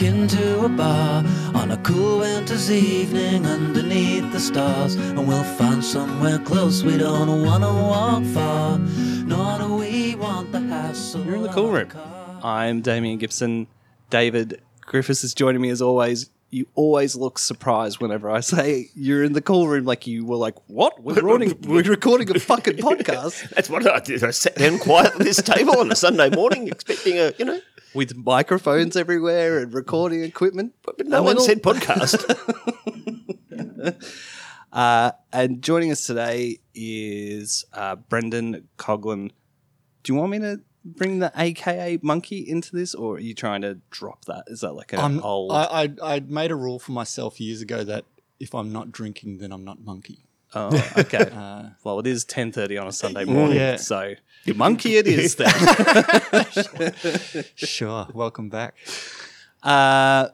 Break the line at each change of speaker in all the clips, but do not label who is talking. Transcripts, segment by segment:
into a bar on a cool winter's evening underneath the stars. And we'll find somewhere close, we don't wanna walk far, nor do we want the hassle.
You're in the cool
of a
room.
car.
I'm Damien Gibson. David Griffiths is joining me as always. You always look surprised whenever I say you're in the cool room, like you were like, "What? We're recording, we're recording a fucking podcast
That's what I did. I sat down quietly at this table on a Sunday morning, expecting a you know,
with microphones everywhere and recording equipment."
but no
And
one
then all-
said podcast.
Uh, And joining us today is uh, Brendan Coglin. Do you want me to bring the AKA monkey into this, or are you trying to drop that? Is that like an
I'm,
old?
I, I I made a rule for myself years ago that if I'm not drinking, then I'm not monkey.
Oh, okay. well, it is ten thirty on a Sunday morning,
Uh, Yeah.
so monkey it is then.
Sure. Welcome back.
Uh,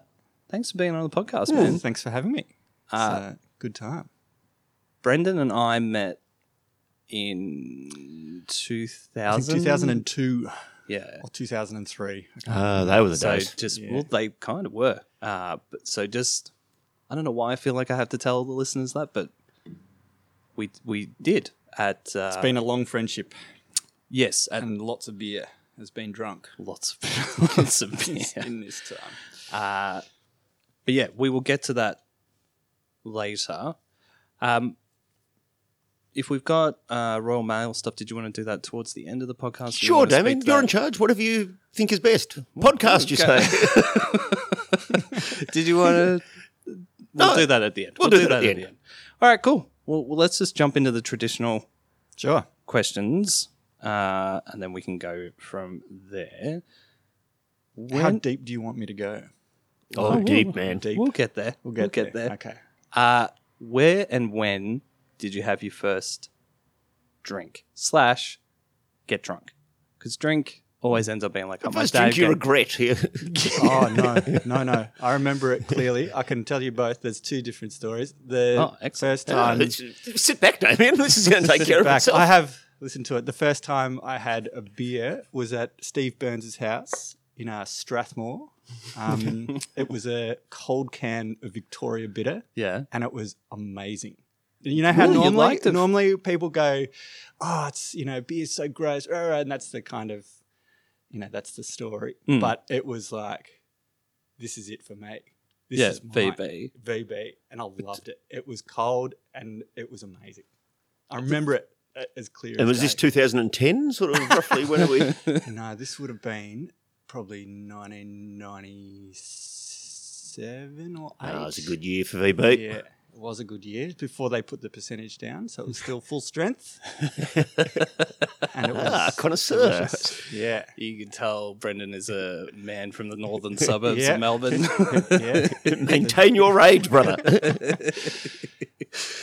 thanks for being on the podcast, man.
Thanks for having me.
Uh,
It's a good time.
Brendan and I met in 2000.
2002
Yeah.
or 2003.
Uh, they were the
So just, well, they kind of were. Uh, but so just, I don't know why I feel like I have to tell the listeners that, but we we did at, uh,
It's been a long friendship
yes, at
and lots of beer has been drunk
lots of, lots of beer.
in this time.
But yeah, we will get to that later. Um, if we've got uh, Royal Mail stuff, did you want to do that towards the end of the podcast? Do you
Sure,
want to speak
Damien,
to
you're
that?
in charge. Whatever you think is best. Podcast, you say.
Did you want to? We'll
No.
do that at the end.
We'll do that at the end.
All right, cool. Well, well, let's just jump into the traditional
Sure.
questions, uh, and then we can go from there.
How
When-
deep do you want me to go?
oh, deep, man.
Deep.
We'll get there. We'll get, there.
Okay.
Uh, where and when did you have your first drink slash get drunk? Because drink always ends up being like, oh, my
First
dad.
drink you
gave-
regret here.
Oh no, no, no! I remember it clearly. I can tell you both. There's two different stories. The
Oh, excellent.
first time
Sit back, Damien. This is going to take
Sit
care of
back.
itself.
I have listened to it. The first time I had a beer was at Steve Burns' house in uh, Strathmore. Um, it was a cold can of Victoria Bitter,
yeah.
and it was amazing. And You know how
Ooh, you'd
normally
like to-
normally people go, "Oh, it's you know beer's so gross," uh, and that's the kind of you know that's the story.
Hmm.
Mm.
But it was like, this is it for me. This
yeah.
is mine.
VB.
VB, and I loved it. It was cold and it was amazing. I remember it uh, as clear.
And
as
was this
day.
2010, sort of roughly? When are we?
No, this would have been probably 1997 or eight.
Ah, it was a good year for VB.
Yeah, it was a good year before they put the percentage down, so it was still full strength. and it was
Ah, connoisseur.
delicious. Yeah,
You can tell Brendan is a man from the northern suburbs
Yeah.
of Melbourne.
yeah.
Maintain your rage, brother.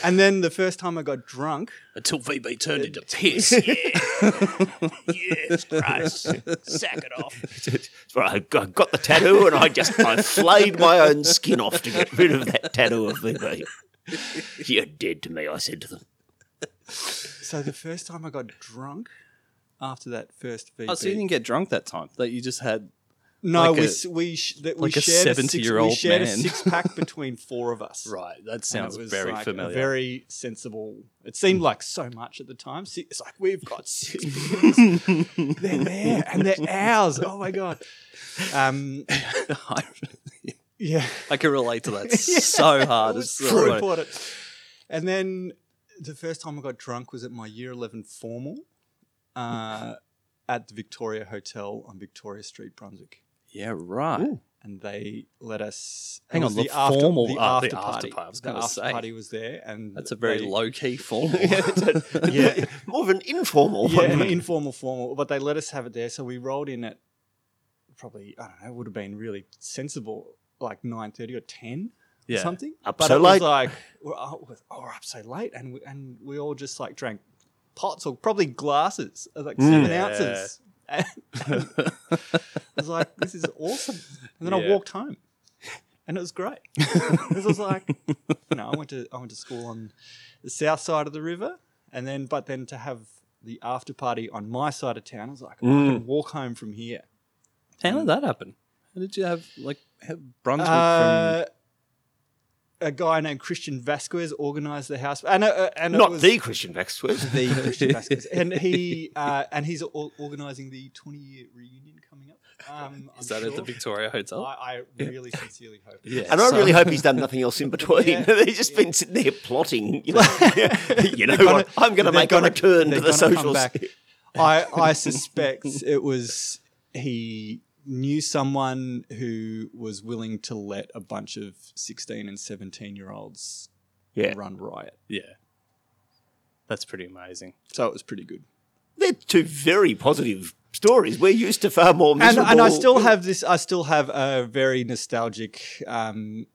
and then the first time I got drunk,
Until VB turned into piss. Yeah.
yes, Christ. Sack it off. I got I got the tattoo and I just I flayed my own skin off to get rid of that tattoo of VB. You're dead to me, I said to them.
so the first time I got drunk after that first VB.
Oh, so you didn't get drunk that time. That you just had.
No,
Like
we
a-
s we sh- that
like
we
a
shared
70-year-old
a six, we shared
man.
a six pack between four of us.
Right. That
And it
sounds
was
very
like a
familiar.
very sensible. It seemed like so much at the time. Si- It's like we've got six beers. they're there and they're ours. Oh my god. Um, yeah,
I can relate to that so hard.
It
It's
was
so
so
funny.
important. And then the first time I got drunk was at my year eleven formal uh, at the Victoria Hotel on Victoria Street, Brunswick.
Yeah, right.
and they let us. it
Hang
was
on, the formal-
the
ah, the
after
after
party.
party, I was
the
gonna
after
say.
party was there, and
That's a very
they-
low key form.
yeah,
More of an informal
yeah,
one.
an informal formal. But they let us have it there, so we rolled in at probably I don't know. It would have been really sensible, like nine thirty or ten. or
Yeah.
Something
Up
Uh, but
so
it was
late.
like we're, oh, we're- oh, we're up so late, and we, and we all just like drank pots or probably glasses, of, like seven
Yeah.
ounces. And I was like, this is awesome. And then
Yeah.
I walked home, and it was great. 'Cause I was like, you know, I went to I went to school on the south side of the river, and then but then to have the "Oh, after party on my side of town, I was like, I can walk home from here.
How did that happen?
How did you have like have Brunswick
Uh, a guy named Christian Vasquez organized the house, and, uh, and it
Not
was
the Christian Maxwell.
the Christian Vasquez, and he uh, and he's o- organizing the 20 year reunion coming up. Um,
from? Is that at the Victoria
I,
Hotel?
I really sincerely hope.
yeah,
And I
so-
really hope he's done nothing else in between.
Yeah.
They've just been sitting there plotting. You know, you know
gonna-
what? I'm going to
they're
make
gonna-
a return to
they're
the
gonna come
social.
back.
sphere.
I, I suspect it was he knew someone who was willing to let a bunch of 16 and 17 year olds
Yeah.
run riot.
yeah, that's pretty amazing.
So it was pretty good.
They're two very positive stories. We're used to far more
And,
miserable.
and I still have this, I still have a very nostalgic um,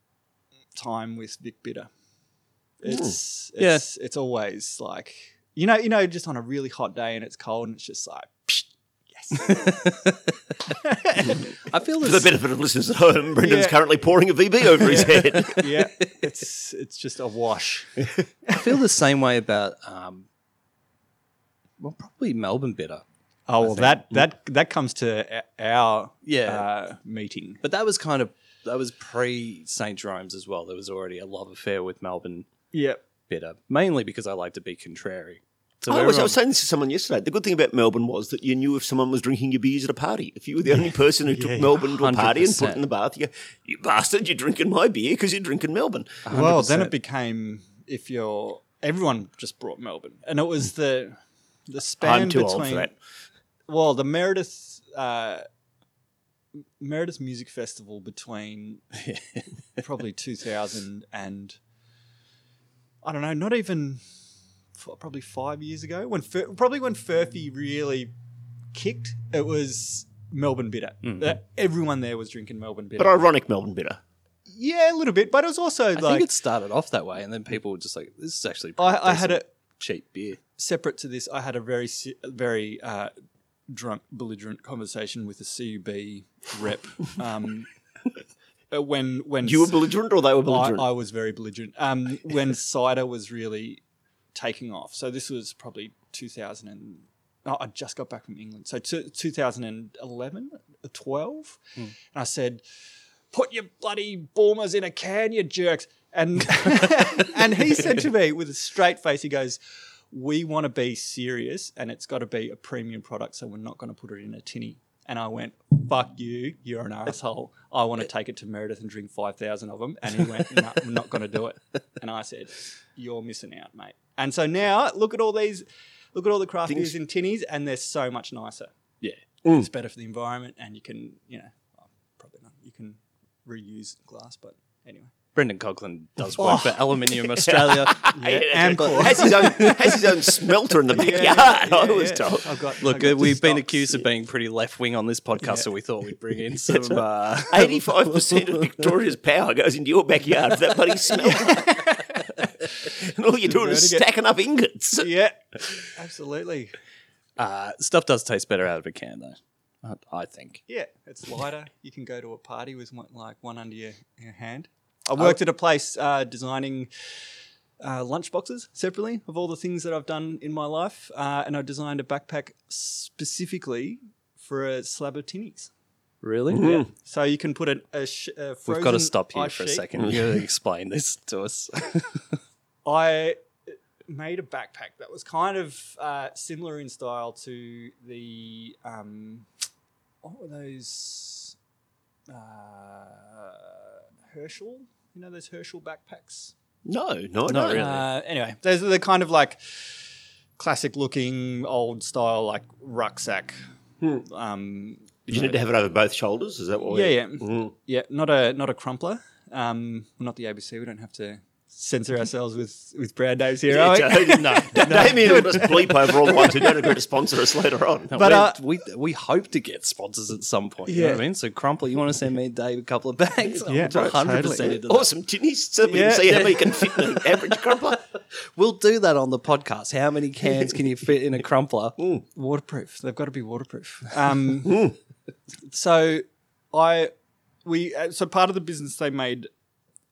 time with Vic Bitter. Hmm. It's, it's, it's always like, you know, you know, just on a really hot day and it's cold and it's just like,
I feel
For the
this.
benefit of listeners at home, Brendan's
Yeah.
currently pouring a VB over his head.
yeah, it's, it's just a wash.
I feel the same way about um, well, probably Melbourne bitter.
Oh well, that that that comes to o- our
Yeah.
uh, meeting.
But that was kind of that was pre St Jerome's as well. There was already a love affair with Melbourne
Yeah,
bitter, mainly because I like to be contrary. So
I, was, I
everyone-
was saying this to someone yesterday. The good thing about Melbourne was that you knew if someone was drinking your beers at a party. If you were the only person who took Melbourne to a party and put it in the bath, you go, you bastard, you're drinking my beer because you're drinking Melbourne.
Well, then
100%.
it became if you're everyone just brought Melbourne, and it was the the span
I'm too
between
old for that.
well the Meredith. Uh, Meredith Music Festival between probably 2000 and I don't know, not even f- probably five years ago when Fur- probably when Furphy really kicked, it was Melbourne bitter.
Mm-hmm.
Uh, everyone there was drinking Melbourne bitter.
But ironic Melbourne bitter.
yeah, a little bit, but it was also
I
like
think it started off that way, and then people were just like, "This is actually."
I, I had
a
a
cheap beer.
separate to this. I had a very se- very uh, drunk, belligerent conversation with a CUB rep. Um, uh, when when
You were belligerent or they were belligerent?
I, I was very belligerent. Um, when cider was really taking off, so this was probably 2000 and oh, I just got back from England, so two, 2011, 12, uh,
Hmm.
and I said, "Put your bloody bombers in a can, you jerks!" And and he said to me with a straight face, he goes. We want to be serious, and it's got to be a premium product, so we're not going to put it in a tinny. And I went, "Fuck you! You're an asshole. I want to take it to Meredith and drink five thousand of them." And he went, "No, I'm not going to do it." And I said, "You're missing out, mate." And so now, look at all these, look at all the craft beers in tinnies, and they're so much nicer.
Yeah, Mm.
It's better for the environment, and you can, you know, well, probably not. You can reuse glass, but anyway.
Brendan Coughlin does
Oh.
work for Aluminium Australia.
Yeah,
has, his own, has his own smelter in the backyard, I was told.
I've got. I've
Look,
got
uh,
two
we've been
stocks.
accused of being pretty left wing on this podcast, so we thought we'd bring in some. Uh,
85% of Victoria's power goes into your backyard for that bloody smelter. and all you're doing is
Vertigo.
stacking up ingots.
Yeah, absolutely.
uh, stuff does taste better out of a can, though. I, I think.
Yeah, it's lighter. You can go to a party with one, like one under your, your hand.
Oh.
I worked at a place uh, designing uh, lunch boxes separately of all the things that I've done in my life, uh, and I designed a backpack specifically for a slab of tinnies.
Really?
So you can put an, a, sh- a frozen
We've got to stop here
ice
for a
sheet.
second. You gotta explain this to us.
I made a backpack that was kind of uh, similar in style to the um, what were those uh, Herschel? You know those Herschel backpacks.
No, no,
Not
no.
really.
Uh, anyway, those are the kind of like classic looking old style like rucksack. Um,
You need to have it over both shoulders. Is that what?
yeah,
we-
yeah,
Mm-hmm.
yeah. Not a not a crumpler. Um, not the ABC. We don't have to censor ourselves with with brand names here. are we?
Yeah, no, Damien will just bleep over all the ones who don't agree to sponsor us later on.
No,
But,
we're-
uh,
we we hope to get sponsors at some point. You know
Yeah.
what I mean? So Crumple, you want to send me Dave a couple of bags?
Yeah,
I'm 100%
totally.
into that.
Awesome, Tinny. So we
Yeah.
can see how many can fit in an average crumpler.
We'll do that on the podcast. How many cans can you fit in a crumpler?
waterproof. They've got to be waterproof. Um, so I we uh, so part of the business they made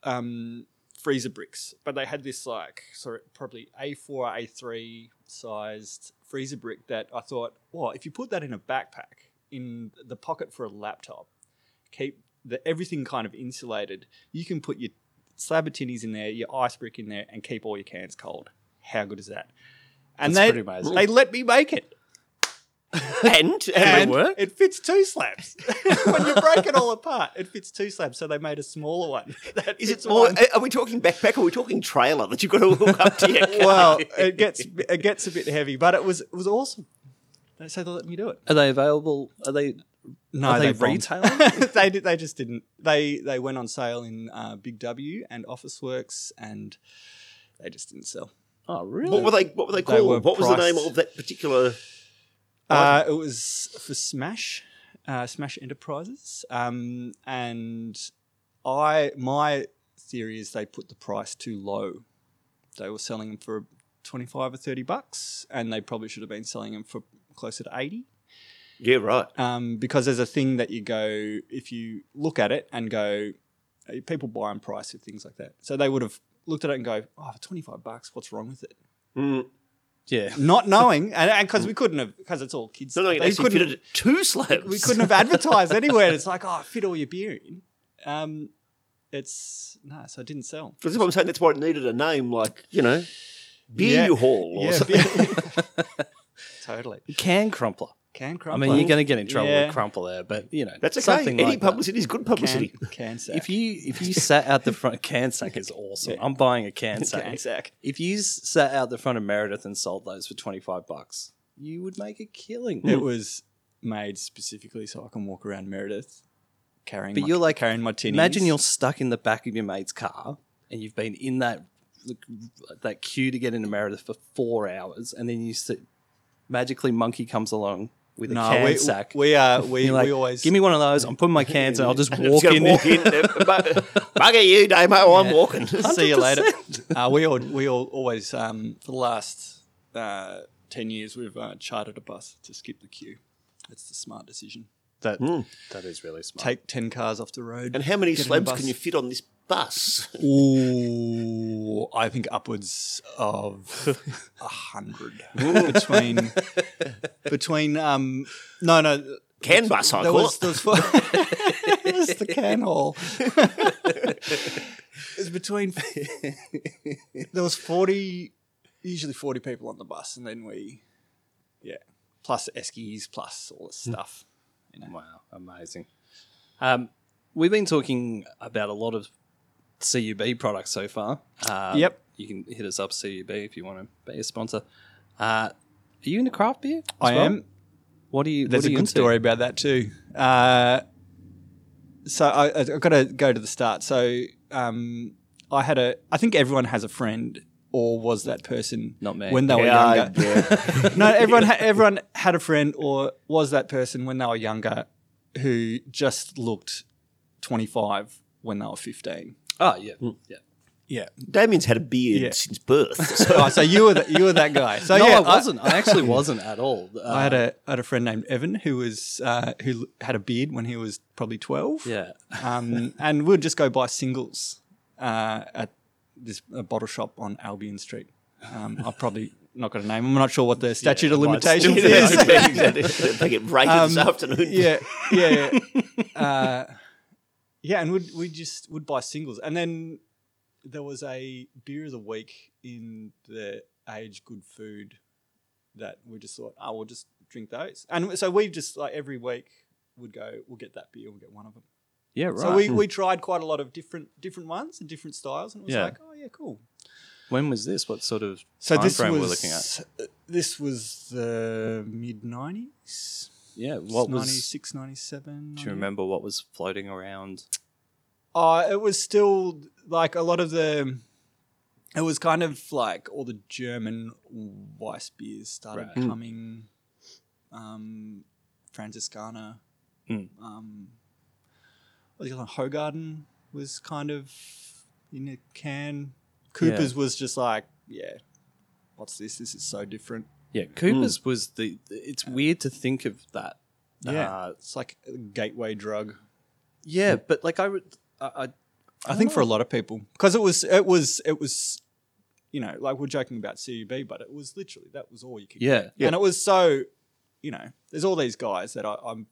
um, freezer bricks, but they had this like sort of probably A4 or A3 sized freezer brick that I thought, well, if you put that in a backpack in the pocket for a laptop, keep the everything kind of insulated. You can put your slab of tinnies in there, your ice brick in there, and keep all your cans cold. How good is that? And
That's
they
pretty amazing.
they let me make it.
And, and
And
work?
It fits two slabs. when you break it all apart, it fits two slabs. So they made a smaller one. That
is it
fits
more?
one.
Are we talking backpack? Or are we talking trailer that you've got to hook up to your car?
Well, it gets it gets a bit heavy, but it was it was awesome. They said they let me do it.
Are they available? Are they?
No,
Are they
bombed.
retailing?
they did, they just didn't. They they went on sale in uh, Big W and Office Works, and they just didn't sell.
Oh, really?
what were they? What were they
They
called?
were
what was the name
priced-
of that particular?
Uh, it was for Smash, uh, Smash Enterprises, um, and I my theory is they put the price too low. They were selling them for twenty five or thirty bucks, and they probably should have been selling them for closer to eighty.
Yeah, right.
um, because there's a thing that you go if you look at it and go, uh, people buy on price with things like that. So they would have looked at it and go, oh, for 25 bucks, what's wrong with it?
Mm.
Yeah.
Not knowing, and because we couldn't have, because it's all kids.
No, no,
stuff,
it
they
actually
couldn't-
fitted it two slabs.
we couldn't have advertised anywhere. It's like, oh, fit all your beer in. Um, it's no, so it didn't sell.
That's what I'm saying. That's why it needed a name like you know,
Yeah.
Beer U Hall or
Yeah,
something.
beer- totally.
Can crumpler.
Can
I
crumble.
mean, you're going to get in trouble
Yeah.
with crumple there, but you know
That's okay.
something
Any
like that.
publicity is good
can,
publicity.
can sack.
If you if you sat out the front, can sack is awesome. I'm buying a can sack.
can sack.
If you s- sat out the front of Meredith and sold those for twenty five bucks, you would make a killing.
It was made specifically so I can walk around Meredith carrying.
But
my,
you're like-
carrying my tinnies.
Imagine you're stuck in the back of your mate's car and you've been in that that queue to get into Meredith for four hours, and then you sit, magically monkey comes along with a
no,
can
we,
sack.
We are we,
You're like,
we always
give me one of those. I'm putting my cans, and I'll just
Just
walk
gonna
in.
walk in. Bugger bugger you, Damo. I'm walking.
see you later. uh, we all we all always um, for the last uh, ten years we've uh, chartered a bus to skip the queue. That's the smart decision.
That
Hmm.
that is really smart.
Take ten cars off the road.
And how many
get in a
slabs
bus.
can you fit on this bus?
Ooh, I think upwards of a hundred
Hmm.
between between um no no
Can bus, I
there
call
was,
it.
there was four- it was the can hole. it was between. there was forty, usually forty people on the bus, and then we, yeah, plus Eskies, plus all this
Hmm.
stuff.
Wow, amazing. Um, we've been talking about a lot of CUB products so far. Uh,
Yep.
You can hit us up, CUB, if you want to be a sponsor. Uh, are you into craft beer? as
I
well?
am.
What are you?
There's
what are
a
you
good
into?
story about that too. Uh, so I, I- I've got to go to the start. So um, I had a. I think everyone has a friend or was that person.
Not me.
When they were
Yeah,
Oh, younger. no, everyone ha- everyone had a friend or was that person when they were younger who just looked 25 when they were 15.
Oh yeah,
Mm.
yeah.
Yeah.
Damien's had a beard
Yeah.
since birth. So
Oh, so you were that you were that guy. So
no,
yeah,
I wasn't. I, actually wasn't at all. Uh,
I had a I had a friend named Evan who was uh, who l- had a beard when he was probably 12.
yeah.
Um, and we'd just go buy singles uh, at this a bottle shop on Albion Street. Um, I've probably not got a name. I'm not sure what the statute of limitations is. Um,
they get raided this afternoon.
yeah, yeah, yeah. uh, yeah, and we'd we just would buy singles, and then there was a beer of the week in the age good food that we just thought, oh, we'll just drink those, and so we just like every week would go, we'll get that beer, we'll get one of them.
Yeah, right.
So we, we tried quite a lot of different different ones and different styles, and it was
Yeah.
like, oh yeah, cool.
when was this? What sort of
So
time
this
frame
was
we're looking at?
this was the mid nineties.
Yeah, what was?
96, 97.
Do you remember what was floating around?
Uh, it was still like a lot of the. It was kind of like all the German Weiss beers started
Right.
coming. Um, Franziskaner.
Mm.
Um, what was the other one? Hogarden was kind of in a can. Cooper's was just like, yeah, what's this? This is so different.
Yeah, Cooper's was the. It's weird to think of that. Uh,
it's like a gateway drug.
Yeah, but like I, re- I, I
I think for a lot of people, because it was it was it was, you know, like we're joking about CUB, but it was literally that was all you could.
yeah,
get. and it was so, you know, there's all these guys that I, I'm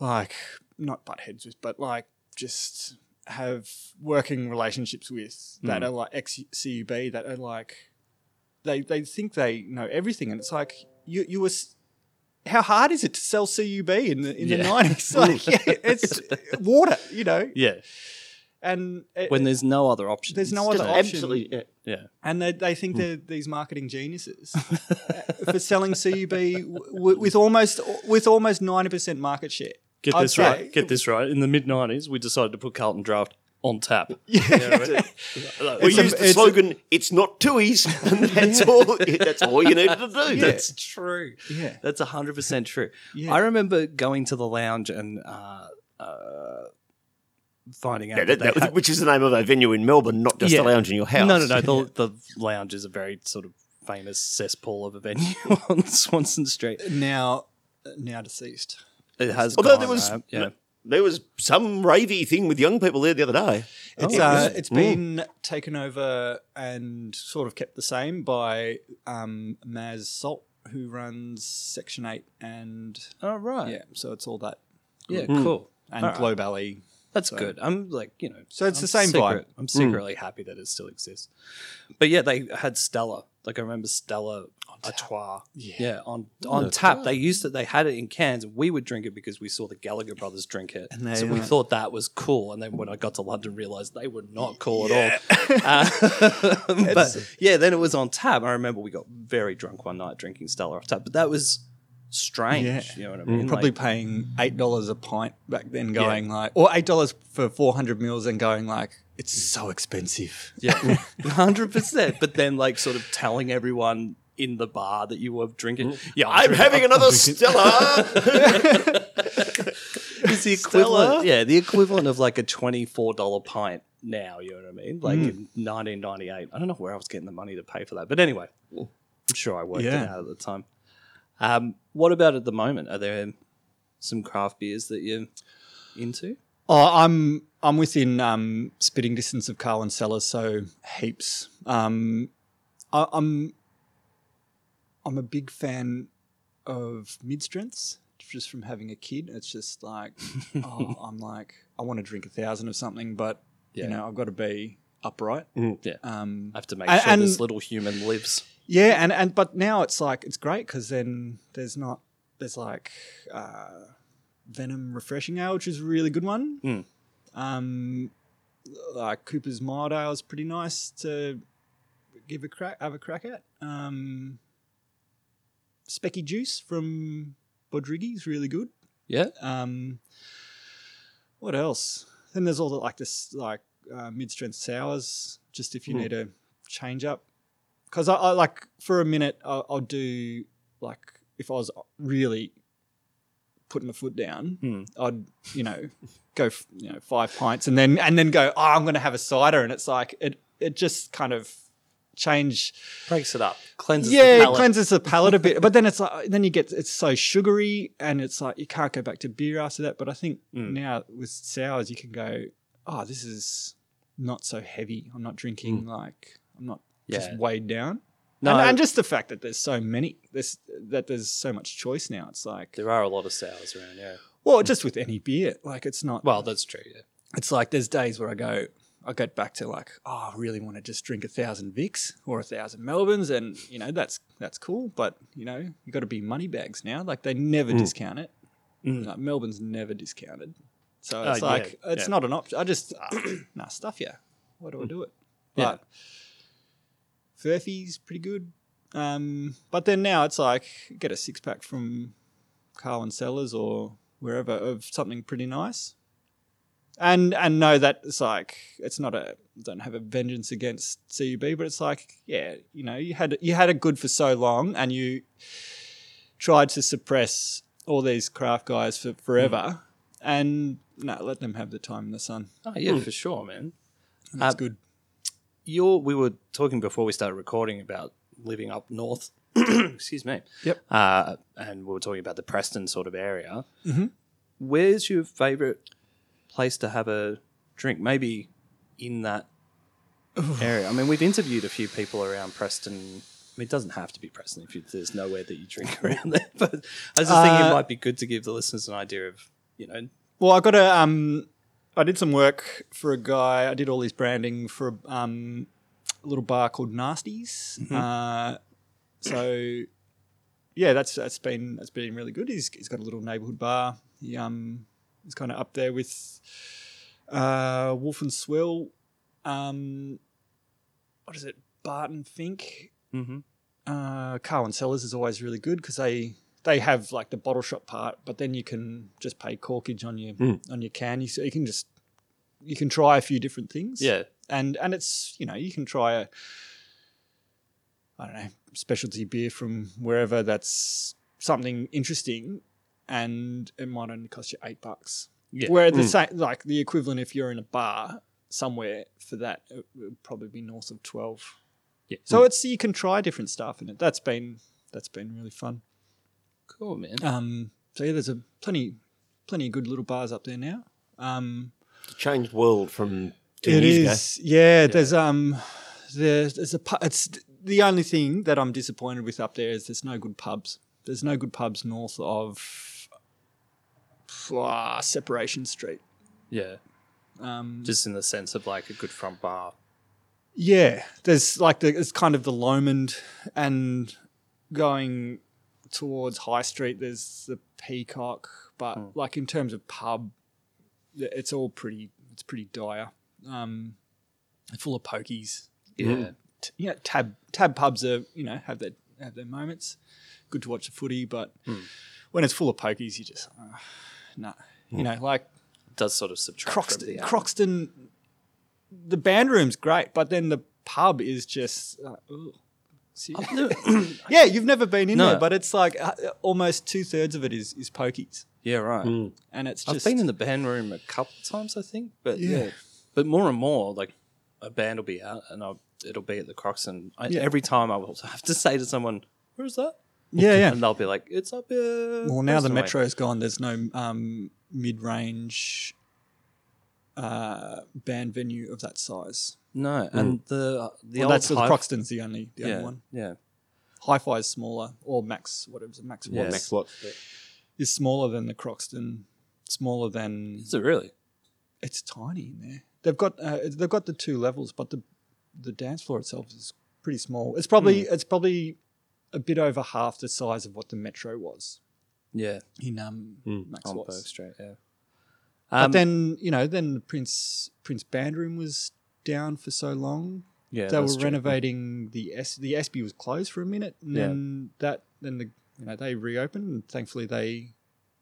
like not butt heads with, but like just have working relationships with
Hmm.
that are like ex CUB that are like they they think they know everything, and it's like you you were. s- How hard is it to sell CUB in the in the
Yeah.
nineties? Like yeah, it's water, you know.
Yeah.
And it-
When there's no other option.
there's no
Just
other option,
absolutely. Yeah.
Yeah.
and they, they think they're these marketing geniuses uh, for selling CUB w- with almost with almost ninety percent market share.
Get
I'd
this
say-
right. Get this right. In the mid '90s, we decided to put Carlton Draft on tap.
We
a-
used the
it's a-
slogan, it's not twoies, and that's all that's all you needed to do. That's
That's true.
Yeah.
That's 100% true.
Yeah.
I remember going to the lounge and uh, uh, finding out
Yeah, that,
they
that was-
had-
which is the name of a venue in Melbourne, not just
Yeah.
a lounge in your house.
No, no, no. The, the lounge is a very sort of famous cesspool of a venue on Swanson Street.
Now, now deceased.
It has.
Although
gone,
there was-
uh, yeah.
There was some ravey thing with young people there the other day.
It's
Oh.
uh, it's been taken over and sort of kept the same by um, Maz Salt, who runs Section Eight, and
Oh right.
yeah, so it's all that
Yeah. Cool.
and
All right.
Glow Valley.
That's good. I'm like, you know,
So it's
I'm
the same
secret-
vibe. Mm.
I'm secretly happy that it still exists. But yeah, they had Stella. Like I remember Stella Artois. Yeah. on on tap. They used it. They had it in cans. and We would drink it because we saw the Gallagher brothers drink it.
they uh,
so we
were-
thought that was cool. And then when I got to London, realized they were not cool at all. Uh, but yeah, then it was on tap. I remember we got very drunk one night drinking Stella off tap. But that was strange.
Yeah. Mm,
You know what I mean?
Mm-hmm. Probably
Like,
paying eight dollars a pint back then, going like, or eight dollars for four hundred mils, and going like, it's so expensive.
Yeah, hundred percent. But then, like, sort of telling everyone in the bar that you were drinking. Yeah,
I'm having another Stella.
it's the equivalent. Yeah, the equivalent of like a twenty-four dollar pint now. You know what I mean? Like in nineteen ninety-eight. I don't know where I was getting the money to pay for that, but anyway, I'm sure I worked it
Yeah.
out at the time. Um, what about at the moment? Are there some craft beers that you're into?
Oh, I'm I'm within um, spitting distance of Carlin Cellars, so heaps. Um, I, I'm I'm a big fan of mid strengths, just from having a kid. It's just like oh, I'm like I want to drink a thousand of something, but
Yeah.
you know I've got to be upright.
Yeah,
Um,
I have to make
And-
sure this
and-
little human lives.
yeah, and and but now it's like it's great because then there's not there's like uh, Venom Refreshing Ale, which is a really good one.
Mm.
Um, like Cooper's Mild Ale is pretty nice to give a crack have a crack at. Um, Specky Juice from Bodrigi is really good.
Yeah,
Um, what else? Then there's all the like this like uh, mid strength sours, just if you need a change up. Because I, I like for a minute, I, I'll do like if I was really putting the foot down,
Hmm.
I'd you know go f- you know five pints and then and then go oh I'm gonna have a cider and it's like it it just kind of change
breaks it up, cleanses.
yeah,
the
it
palate.
cleanses the palate a bit, but then it's like then you get it's so sugary and it's like you can't go back to beer after that. But I think
Mm.
now with sours you can go, oh, this is not so heavy. I'm not drinking like I'm not
Mm. Yeah.
just weighed down.
No,
and, and just the fact that there's so many, there's that there's so much choice now. It's like
there are a lot of sours around. Yeah.
well, just with any beer, like it's not
Well, that's true. Yeah.
it's like there's days where I go, I get back to like, oh, I really want to just drink a thousand Vicks or a thousand Melbournes, and you know that's that's cool, but you know you got to be money bags now. Like they never
Mm.
discount it. Like, Melbourne's never discounted, so it's
Oh, yeah,
like it's
yeah. Mm.
not an option. I just ah, nah stuff yeah. Why do I do it?
Yeah.
But Furphy's pretty good. Um, but then now it's like get a six pack from Carlin Cellars or wherever of something pretty nice and and know that it's like it's not a don't have a vengeance against CUB, but it's like yeah, you know, you had you had it good for so long, and you tried to suppress all these craft guys for forever, and no, let them have the time in the sun.
Oh yeah, for sure, man.
That's
Uh,
good.
You're, we were talking before we started recording about living up north. Excuse me.
Yep.
Uh, and we were talking about the Preston sort of area. Where's your favourite place to have a drink? Maybe in that area. I mean, we've interviewed a few people around Preston. I mean, it doesn't have to be Preston if you, there's nowhere that you drink around there. But I was just thinking it
Uh,
might be good to give the listeners an idea of you know
Well, I got a um, I did some work for a guy. I did all his branding for a, um, a little bar called Nasties. Uh, so, yeah, that's that's been that's been really good. He's, he's got a little neighbourhood bar. He um, he's kind of up there with uh, Wolf and Swill. Um, what is it, Barton Fink? uh, Carwin Sellers is always really good because they they have like the bottle shop part, but then you can just pay corkage on your on your can. You, so you can just you can try a few different things.
Yeah.
and and it's you know you can try a I don't know specialty beer from wherever that's something interesting, and it might only cost you eight bucks.
Yeah. Mm.
Where the same like the equivalent if you're in a bar somewhere for that it would probably be north of twelve. So it's you can try different stuff in it. That's been that's been really fun.
Cool, man.
Um, so yeah, there's a plenty plenty of good little bars up there now. Um,
Changed world from two
it
years ago.
is, yeah, There's um, there's, there's a pu- it's the only thing that I'm disappointed with up there is there's no good pubs. There's no good pubs north of ah, Separation Street.
Yeah.
Um,
Just in the sense of like a good front bar.
Yeah, there's like the, it's kind of the Lomond and going towards High Street. There's the Peacock, but like in terms of pub, th- it's all pretty. It's pretty dire. Um, full of pokies.
Yeah.
T- you know, tab tab pubs are you know have their have their moments. Good to watch the footy, but
Hmm.
when it's full of pokies, you just uh, nah.
Hmm.
You know, like
Does sort of subtract. from
Croxton,
the other.
Croxton, the band room's great, but then the pub is just. Uh, ugh. See- yeah, you've never been in
No.
there, but it's like uh, almost two thirds of it is is pokies,
Yeah, right.
and it's
I've
Mm. just.
been in the band room a couple of times, I think, but yeah.
Yeah.
but more and more, like a band will be out and I'll, it'll be at the Crocs, and I,
Yeah.
every time I will have to say to someone, "Where's that?"
yeah, yeah.
and they'll be like, "It's up here."
Well, now the
Preston way."
metro's gone. There's no um, mid range uh, band venue of that size.
No, and the the
Mm. Well,
old
that's the
Hi-
Croxton's the only the
yeah,
only one.
yeah,
Hi-Fi is smaller, or Max whatever it's Max
Yeah.
Watts
Next lot.
is smaller than the Croxton, smaller than
is it really?
it's tiny in there. They've got uh, they've got the two levels, but the the dance floor itself is pretty small. It's probably
Hmm.
it's probably a bit over half the size of what the Metro was
Yeah,
in um Max
on Bow
Watts.
Street. Yeah,
But
Um,
then you know then the Prince Prince Band Room was down for so long.
yeah,
they
that's
were
true.
renovating the S the SB was closed for a minute, and
Yeah.
then that then the you know they reopened, and thankfully they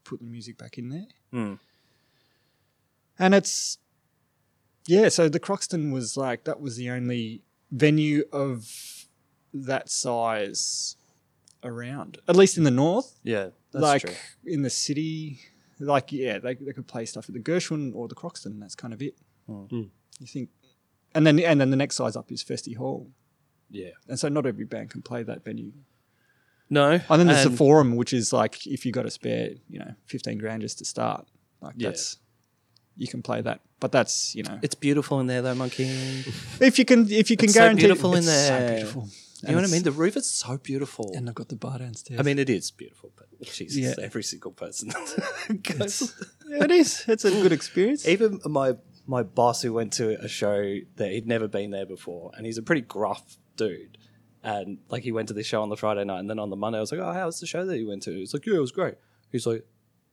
put the music back in there.
Hmm.
And it's yeah, so the Croxton was like that was the only venue of that size around, at least in the north.
Yeah, that's
like
true.
in the city, like yeah, they, they could play stuff at the Gershwin or the Croxton. That's kind of it.
Hmm.
You think, and then and then the next size up is Festy Hall,
Yeah,
and so not every band can play that venue.
no,
And then there's
and-
the Forum, which is like if you got a spare, you know, fifteen grand just to start, like
Yeah.
that's you can play that. But that's you know,
It's beautiful in there, though, monkey.
if you can if you can
It's so
guarantee
beautiful in
it's
there.
So beautiful.
You know what I mean? The roof is so beautiful.
And I've got the bar downstairs.
I mean, it is beautiful, but Jesus,
Yeah.
every single person goes.
Yeah, it is. It's a good experience.
Even my my boss who went to a show that he'd never been there before, and he's a pretty gruff dude. And like he went to this show on the Friday night, and then on the Monday I was like, "Oh, how was the show that you went to?" He's like, "Yeah, it was great." He's like,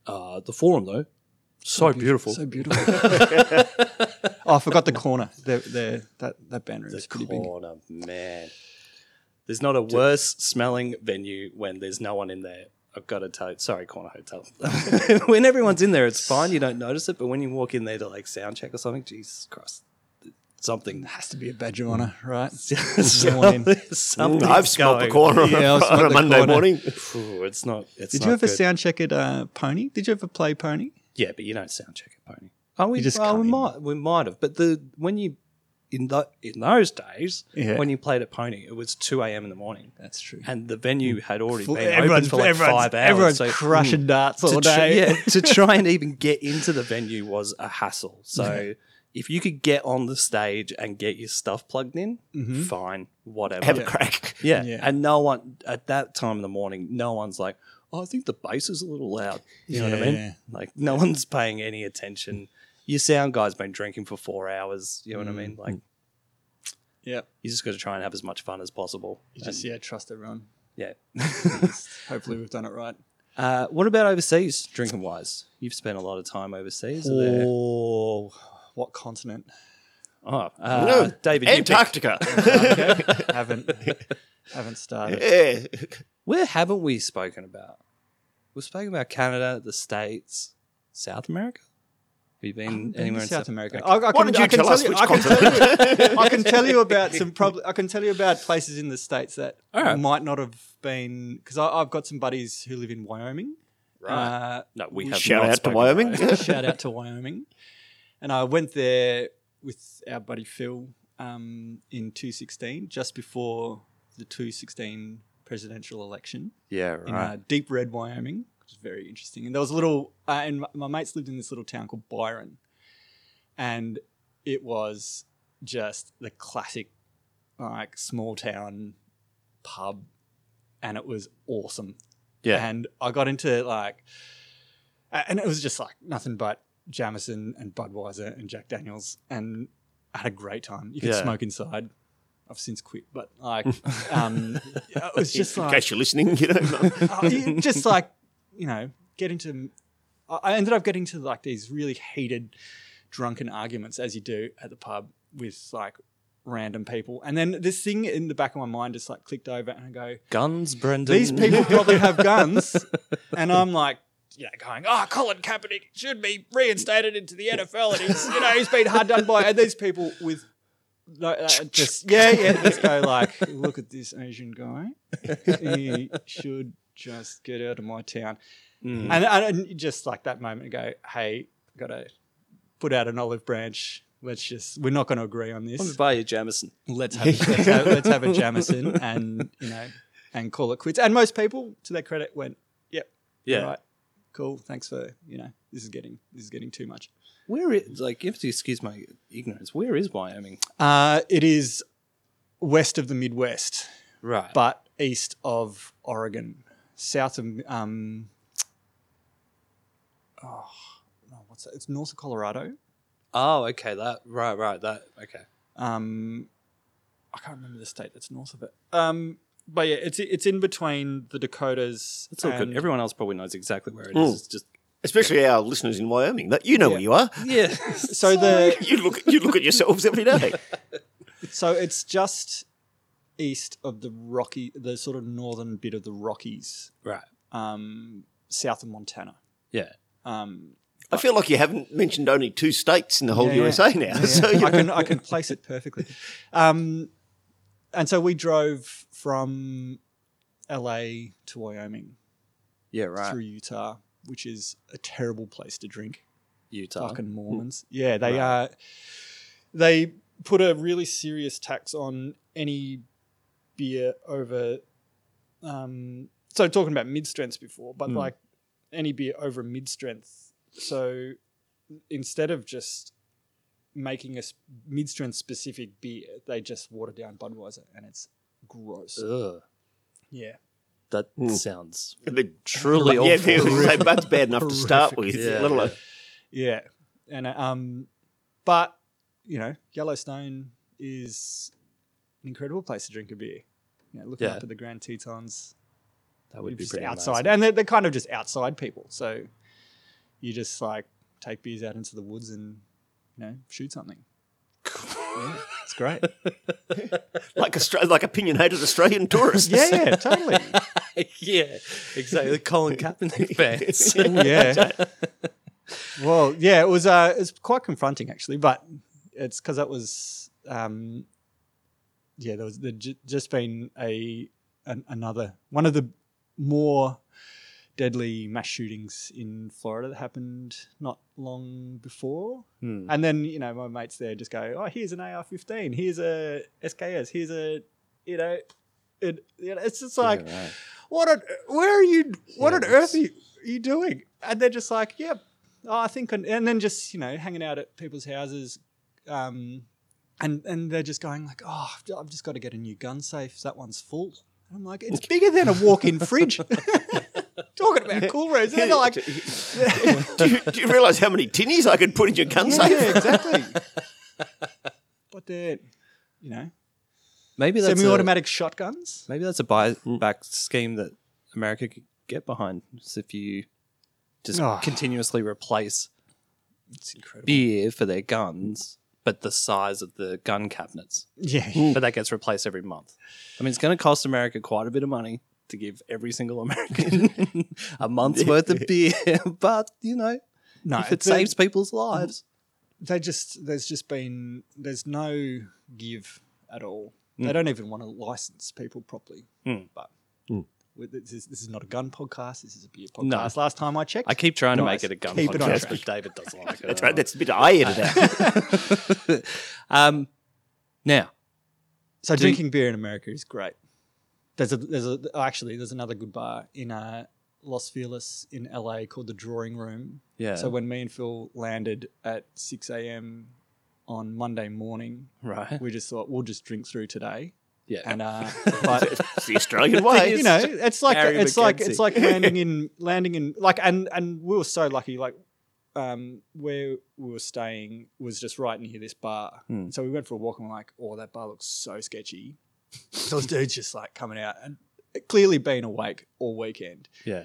"Uh, the forum though, so, beautiful."
So beautiful. oh, I forgot the corner. They're, they're, that that band room is pretty big.
corner, man. There's not a worse smelling venue when there's no one in there. I've got to tell you, sorry, corner hotel. when everyone's in there, it's fine. You don't notice it, but when you walk in there to like sound check or something, Jesus Christ, something.
Has to be a badge of honor, right? Someone in.
something something's
Mm, I've smelled
going
the corner
Yeah,
on,
I
a-
smelled
on a
the
Monday
corner.
morning.
Ooh, it's not. It's
Did
not
you ever
good.
sound check at uh, Pony? Did you ever play Pony?
Yeah, but you don't sound check it, pony. Oh, we
You just
just well,
come
we
in.
might we might have, but the when you in the in those days
Yeah.
when you played at Pony, it was two a.m. in the morning,
That's true.
and the venue had already been
Mm. everyone's
open for like
everyone's,
five hours.
everyone's
so- mm.
crushing darts all
to tr-
day.
yeah, to try and even get into the venue was a hassle. So if you could get on the stage and get your stuff plugged in,
Mm-hmm.
fine, whatever.
Have a crack.
Yeah.
Yeah.
And no one at that time in the morning, no one's like, oh, I think the bass is a little loud. You know what I
Yeah.
mean? Like no one's paying any attention. Your sound guy's been drinking for four hours. You know what I
Mm.
mean? Like
Yeah.
you just got to try and have as much fun as possible.
You just, yeah, trust everyone.
Yeah.
Hopefully we've done it right.
Uh, what about overseas drinking wise? You've spent a lot of time overseas. Are there-
Oh, what continent?
Oh, uh, David, you pick.
Antarctica.
haven't haven't started.
yeah.
where haven't we spoken about? We've spoken about Canada, the States, South America. Have you been
Been to
anywhere in
South America?
Okay.
I, I can,
Why don't
I
you
can
tell us
you-
which
I can tell
continent?
you- I can tell you about some probably. I can tell you about places in the states that
All right.
might not have been because I've got some buddies who live in Wyoming. Right. Uh,
No, we have
Shout
not
out to
spoken
Wyoming.
about it.
shout out to Wyoming. And I went there with our buddy Phil um, in 2016, just before the 2016 presidential election
yeah,
in
right.
uh, deep red Wyoming, which is very interesting. And there was a little, uh, and my, my mates lived in this little town called Byron, and it was just the classic, like small town pub, and it was awesome.
Yeah.
and I got into like, a- and it was just like nothing but Jamison and Budweiser and Jack Daniels, and I had a great time. You could
Yeah.
smoke inside. I've since quit, but like, um, it was just
In
like
case you're listening, you know.
uh, you- just like you know get into i I ended up getting to like these really heated drunken arguments as you do at the pub with like random people and then this thing in the back of my mind just like clicked over and i go
Guns, Brendan.
these people probably have guns and i'm like you know, going, oh, Colin Kaepernick should be reinstated into the NFL, and he's, you know, he's been hard done by. And these people with, no, uh, just yeah, yeah, just go like, look at this Asian guy he should just get out of my town.
Mm.
And, and, and just like that moment, go, hey, got to put out an olive branch. Let's just, we're not going to agree on
Let me
this.
buy you Jamison.
Let's have, let's have, let's have a Jamison and, you know, and call it quits. And most people, to their credit, went, yep,
Yeah.
right, cool, thanks for, you know, this is getting, this is getting too much.
Where is, like, if you excuse my ignorance, where is Wyoming?
Uh, it is west of the Midwest.
Right. But
but east of Oregon, south of um, oh, no, what's that? It's north of Colorado.
oh, okay. That, right, right. That, okay.
Um, I can't remember the state that's north of it. Um, but yeah, it's it's in between the Dakotas.
That's all
and-
good. Everyone else probably knows exactly where it is.
Mm.
It's just,
Especially our listeners in Wyoming. That you know where you are.
yeah.
So the
You look you look at yourselves every day.
so it's just east of the Rocky, the sort of northern bit of the Rockies,
right.
um, south of Montana.
Yeah.
Um,
I feel like you haven't mentioned only two states in the whole
Yeah, yeah.
USA now. So you
I can I can place it perfectly. Um, and so we drove from LA to Wyoming
Yeah, right.
through Utah, which is a terrible place to drink.
Utah.
Fucking Mormons. Yeah, they uh, they put a really serious tax on any beer over. Um, so talking about mid strengths before, but like any beer over mid strength. So instead of just making a mid strength specific beer, they just water down Budweiser, and it's gross.
Ugh.
Yeah.
That
Mm.
sounds
They're
truly
yeah,
awful.
they're- that's bad enough to start with.
Yeah.
Let alone
Yeah, and uh, um, but you know, Yellowstone is an incredible place to drink a beer. You know, looking
Yeah.
up at the Grand Tetons,
That would
you're
be
just
pretty
outside,
amazing.
and they're, they're kind of just outside people. So you just like take beers out into the woods and you know shoot something. yeah, it's great.
like Austra- like opinionated Australian tourists.
Yeah, yeah, totally.
yeah, exactly. Colin Kaepernick fans.
yeah. Well, yeah, it was uh, it's quite confronting actually, but it's because that was um, yeah, there was there j- just been a an, another one of the more deadly mass shootings in Florida that happened not long before,
Hmm.
and then you know my mates there just go, oh, here's an AR-15, here's a SKS, here's a you know. It, you know, it's just like what on where are you what on earth are you, are you doing and they're just like yep oh, i think and and then just you know hanging out at people's houses um and and they're just going like oh I've j- i've just got to get a new gun safe that one's full and i'm like it's bigger than a walk-in fridge Talking about cool roads, and they're like,
do, you, do you realize how many tinnies I could put in your gun safe?
yeah, exactly. but they're, you know,
Maybe that's a,
semi-automatic shotguns.
maybe that's a buyback scheme that America could get behind. Is if you just
Ah.
continuously replace
It's incredible.
beer for their guns, but the size of the gun cabinets.
Yeah,
But that gets replaced every month. I mean, it's going to cost America quite a bit of money to give every single American a month's worth of beer, but you know,
no,
if it
they-
saves people's lives.
they just there's just been there's no give at all.
Hmm.
They don't even want to license people properly. But with- this, is, this is not a gun podcast. This is a beer podcast. Last time I checked,
I keep trying to
Nice.
make it a gun
Keep it on
podcast,
track.
but David doesn't like it.
That's right. That's the bit I edit out.
Um, now,
so drinking beer in America is great. There's a there's a oh, actually there's another good bar in uh, Los Feliz in LA called the Drawing Room.
yeah,
So when me and Phil landed at six a.m. on Monday morning,
right,
we just thought we'll just drink through today.
yeah,
And uh, but
It's the Australian way.
you know, it's like
Harry
it's like
McKenzie.
it's like landing in landing in like and and we were so lucky like um where we were staying was just right near this bar.
Hmm.
So we went for a walk and we're like, oh, that bar looks so sketchy. so this dude's just like coming out and clearly been awake all weekend,
yeah,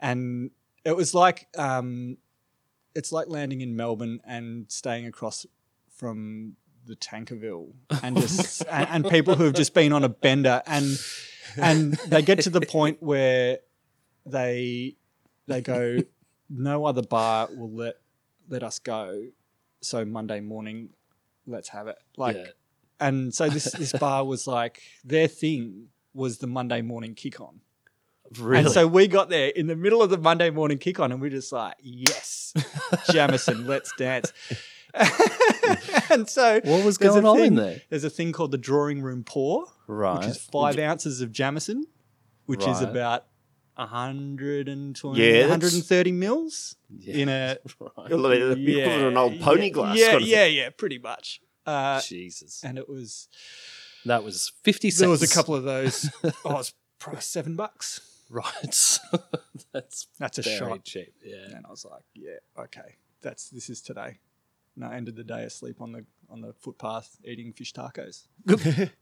and it was like um, it's like landing in Melbourne and staying across from the Tankerville and just and, and people who have just been on a bender and and they get to the point where they they go no other bar will let let us go so Monday morning let's have it like
Yeah.
and so this this bar was like their thing was the Monday morning kick on
really.
and so we got there in the middle of the Monday morning kick on, and we are just like, yes, Jamison, let's dance. and so
what was
there's a
going on
thing-
in there?
There's a thing called the drawing room pour,
Right,
which is five ounces of Jamison, which is
Right.
about 120,
Yeah, that's-
130 mils
Yeah.
in a
right.
You're like- you're
yeah,
calling an old pony
yeah,
glass.
Yeah,
kind of
yeah, yeah, pretty much. Uh,
Jesus,
and it was
that was fifty.
there was a
cents.
couple of those. oh, it was probably seven bucks.
right. That's
That's a
very
shot.
cheap. Yeah,
And I was like, yeah, okay, that's this is today. And I ended the day asleep on the on the footpath eating fish tacos. It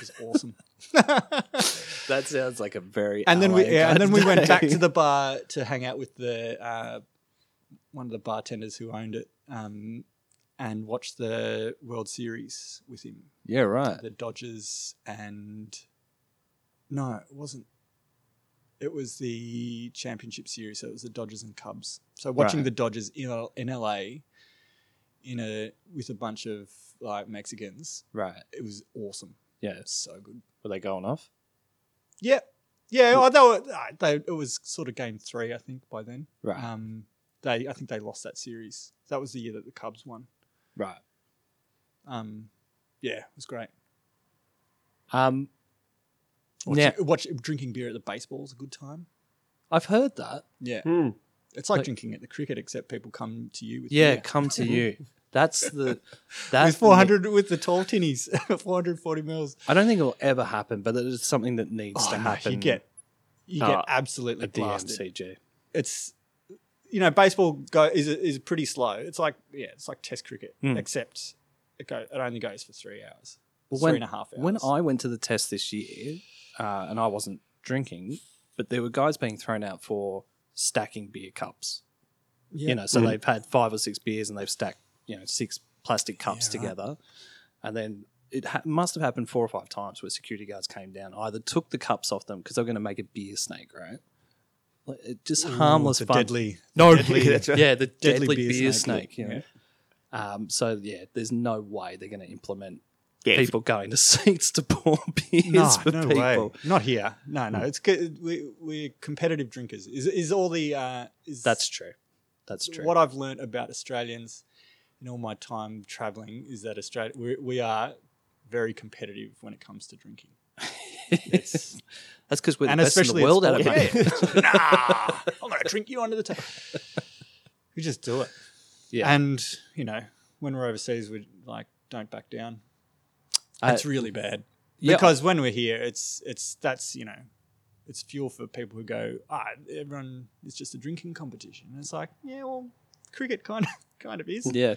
was awesome.
that sounds like a very.
and then we
LA
yeah, and then we went back
day.
to the bar to hang out with the uh, one of the bartenders who owned it, um, and watched the World Series with him,
yeah, right.
the Dodgers, and no, it wasn't. It was the championship series, so it was the Dodgers and Cubs. So watching
Right.
the Dodgers in, L- in LA, in a with a bunch of like Mexicans,
Right.
it was awesome.
Yeah.
So good.
Were they going off?
Yeah, yeah. Although it, uh, they, it was sort of game three, I think by then.
Right.
Um, they, I think they lost that series. That was the year that the Cubs won.
Right.
Um, yeah, it was great.
Um,
Watching,
now
watch drinking beer at the baseball is a good time.
I've heard that.
Yeah,
Hmm.
it's like,
Like-
drinking at the cricket, except people come to you with
Yeah,
beer.
come to you. That's the that's
with 400 with the tall tinnies, 440 mils.
I don't think it'll ever happen, but it is something that needs to Oh, happen.
Oh, you get you
uh,
get absolutely
a
blasted.
DMCG.
It's you know baseball go is is pretty slow. It's like yeah, it's like Test cricket,
Hmm.
except it go it only goes for three hours,
Well,
three
when-
and a half
When
hours.
I went to the test this year, uh, and I wasn't drinking, but there were guys being thrown out for stacking beer cups.
yeah.
You know,
Mm-hmm.
so they've had five or six beers and they've stacked you know six plastic cups
Yeah, right.
together, and then. It ha- must have happened four or five times where security guards came down, either took the cups off them because they were going to make a beer snake, right? Like, it- Just harmless
It's a
fun.
deadly.
No,
Deadly- that's right.
yeah, the
Deadly
deadly,
beer
beer,
snake,
snake. you know. Um, so yeah, there's no way they're going to implement
Yeah, if-
people going to seats to pour beers
No,
for
no
people.
way. Not here. No,
Hmm.
no. It's good. We, we're competitive drinkers. Is is all the uh, is
That's true. That's true.
What I've learnt about Australians in all my time traveling is that Australia we, we are very competitive when it comes to drinking. It's-
That's because we're the
and
best in
especially
the world
at
at it. mate.
sport. Yeah. nah, I'm going to drink you under the table. We just do it.
Yeah.
And, you know, when we're overseas, we like don't back down.
Uh,
It's really bad.
yeah.
Because when we're here, it's it's that's, you know, it's fuel for people who go, ah, everyone is just a drinking competition. And it's like, yeah, well, cricket kind of kind of is.
Yeah.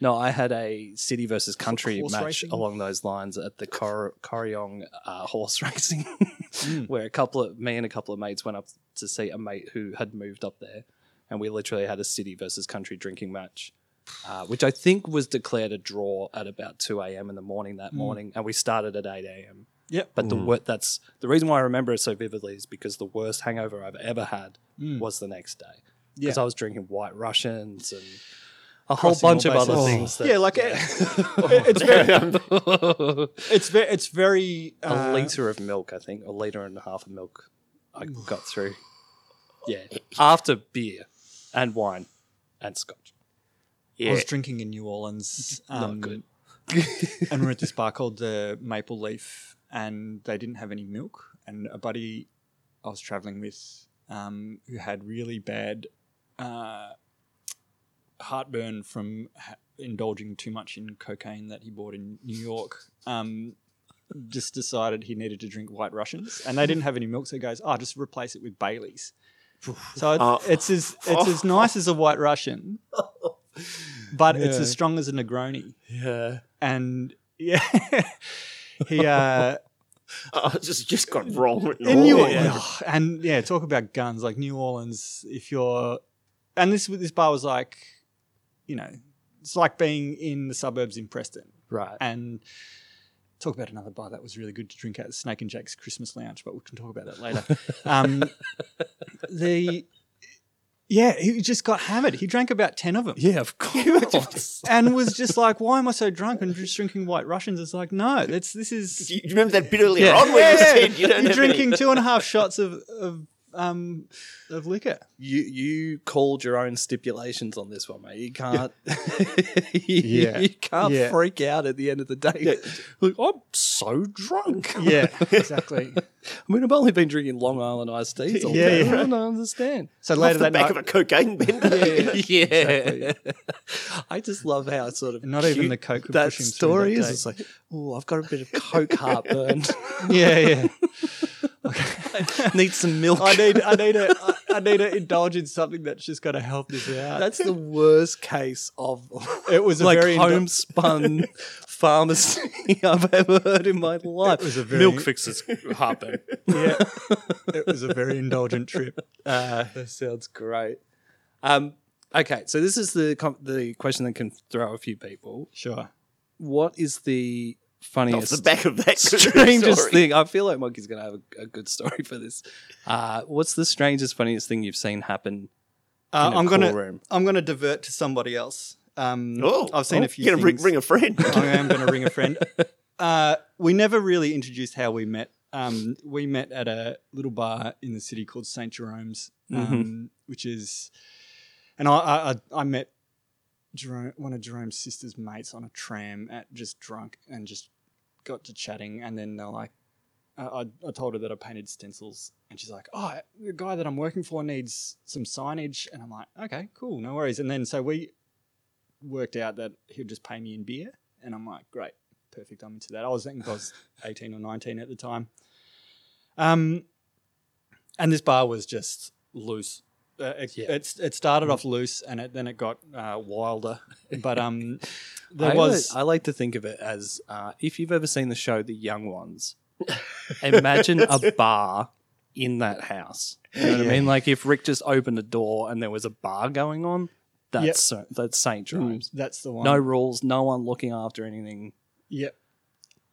No, I had a city versus country
Horse
match
racing?
along those lines at the Cor- Corryong uh, horse racing, where a couple of me and a couple of mates went up to see a mate who had moved up there, and we literally had a city versus country drinking match, uh, which I think was declared a draw at about two a.m. in the morning that morning, and we started at eight a.m.
Yep.
But the wor- that's the reason why I remember it so vividly is because the worst hangover I've ever had was the next day because
Mm. Yeah.
I was drinking White Russians and a whole
Crossing all
bunch of other
bases.
things. That
yeah, like it- it's very, it's very, it's very.
a
Uh,
liter of milk, I think, a liter and a half of milk, I got through. Yeah, after beer and wine and scotch.
I
Yeah.
was drinking in New Orleans. Um, and we we're at this bar called the Maple Leaf, and they didn't have any milk. And a buddy I was traveling with, um, who had really bad uh, heartburn from ha- indulging too much in cocaine that he bought in New York, um, just decided he needed to drink White Russians, and they didn't have any milk, so he goes, "Oh, just replace it with Bailey's." So it's,
Oh.
it's as it's as nice as a White Russian, but it's as strong as a Negroni
Yeah.
and yeah, he uh,
Oh, it just just got wrong. written
in
all
New
over.
Orleans, and yeah, talk about guns like New Orleans. If you're, and this this bar was like, you know, it's like being in the suburbs in Preston,
Right.
and talk about another bar that was really good to drink at Snake and Jake's Christmas Lounge, but we can talk about that later. um, the yeah, he just got hammered. He drank about ten of them.
Yeah, of course.
And was just like, why am I so drunk? And just drinking white Russians. It's like, no, that's this is
Do you remember that bit earlier on where you said you don't
are
have
drinking
any-
two and a half shots of of um of liquor.
you you called your own stipulations on this one, mate. You can't. you,
Yeah.
you can't
Yeah.
freak out at the end of the day. Like, I'm so drunk.
Yeah, exactly.
I mean, I've only been drinking Long Island iced teas all
Yeah,
day.
yeah.
I don't understand.
So later
off the
that
back
night,
of a cocaine bender.
yeah. I just love how it's sort of
not even
cute
the coke. were
that
pushing through
story
that
is.
day.
It's like, oh, I've got a bit of coke heartburn.
yeah, yeah.
Need some milk.
I need I need a I, I need to indulge in something that's just going to help this out.
That's the worst case of
it was a
like
very indul-
homespun pharmacy I've ever heard in my life.
was a very-
Milk fixes heartburn.
yeah. It was a very indulgent trip.
Uh, that sounds great. Um, okay, so this is the com- the question that can throw a few people.
Sure.
What is the
Off the
funniest,
back of that
strangest
story.
thing? I feel like Monkey's going to have a, a good story for this. Uh, what's the strangest, funniest thing you've seen happen?
Uh,
In a
I'm gonna
cool room.
I'm gonna divert to somebody else. Um,
Oh,
I've seen
oh,
a few.
You're gonna ring,
things.
ring a friend.
I am going to ring a friend. Uh, we never really introduced how we met. Um, we met at a little bar in the city called St. Jerome's, um, which is, and I, I, I- I met Jerome, one of Jerome's sister's mates on a tram at just drunk and just got to chatting. And then they're like, I, I, I told her that I painted stencils, and she's like, "Oh, the guy that I'm working for needs some signage," and I'm like, "Okay, cool, no worries." And then so we worked out that he'd just pay me in beer, and I'm like, "Great, perfect, I'm into that." I was I think I was 18 or 19 at the time, um, and this bar was just loose. Uh, it,
Yeah.
it's- it started off loose, and it, then it got uh, wilder. But um, there
I
was
like, I like to think of it as uh, if you've ever seen the show The Young Ones, imagine a bar in that house. You know what I mean? Like if Rick just opened a door and there was a bar going on, that's
Yep.
so, that's St. Jerome's.
that's the one.
No rules, no one looking after anything.
Yep.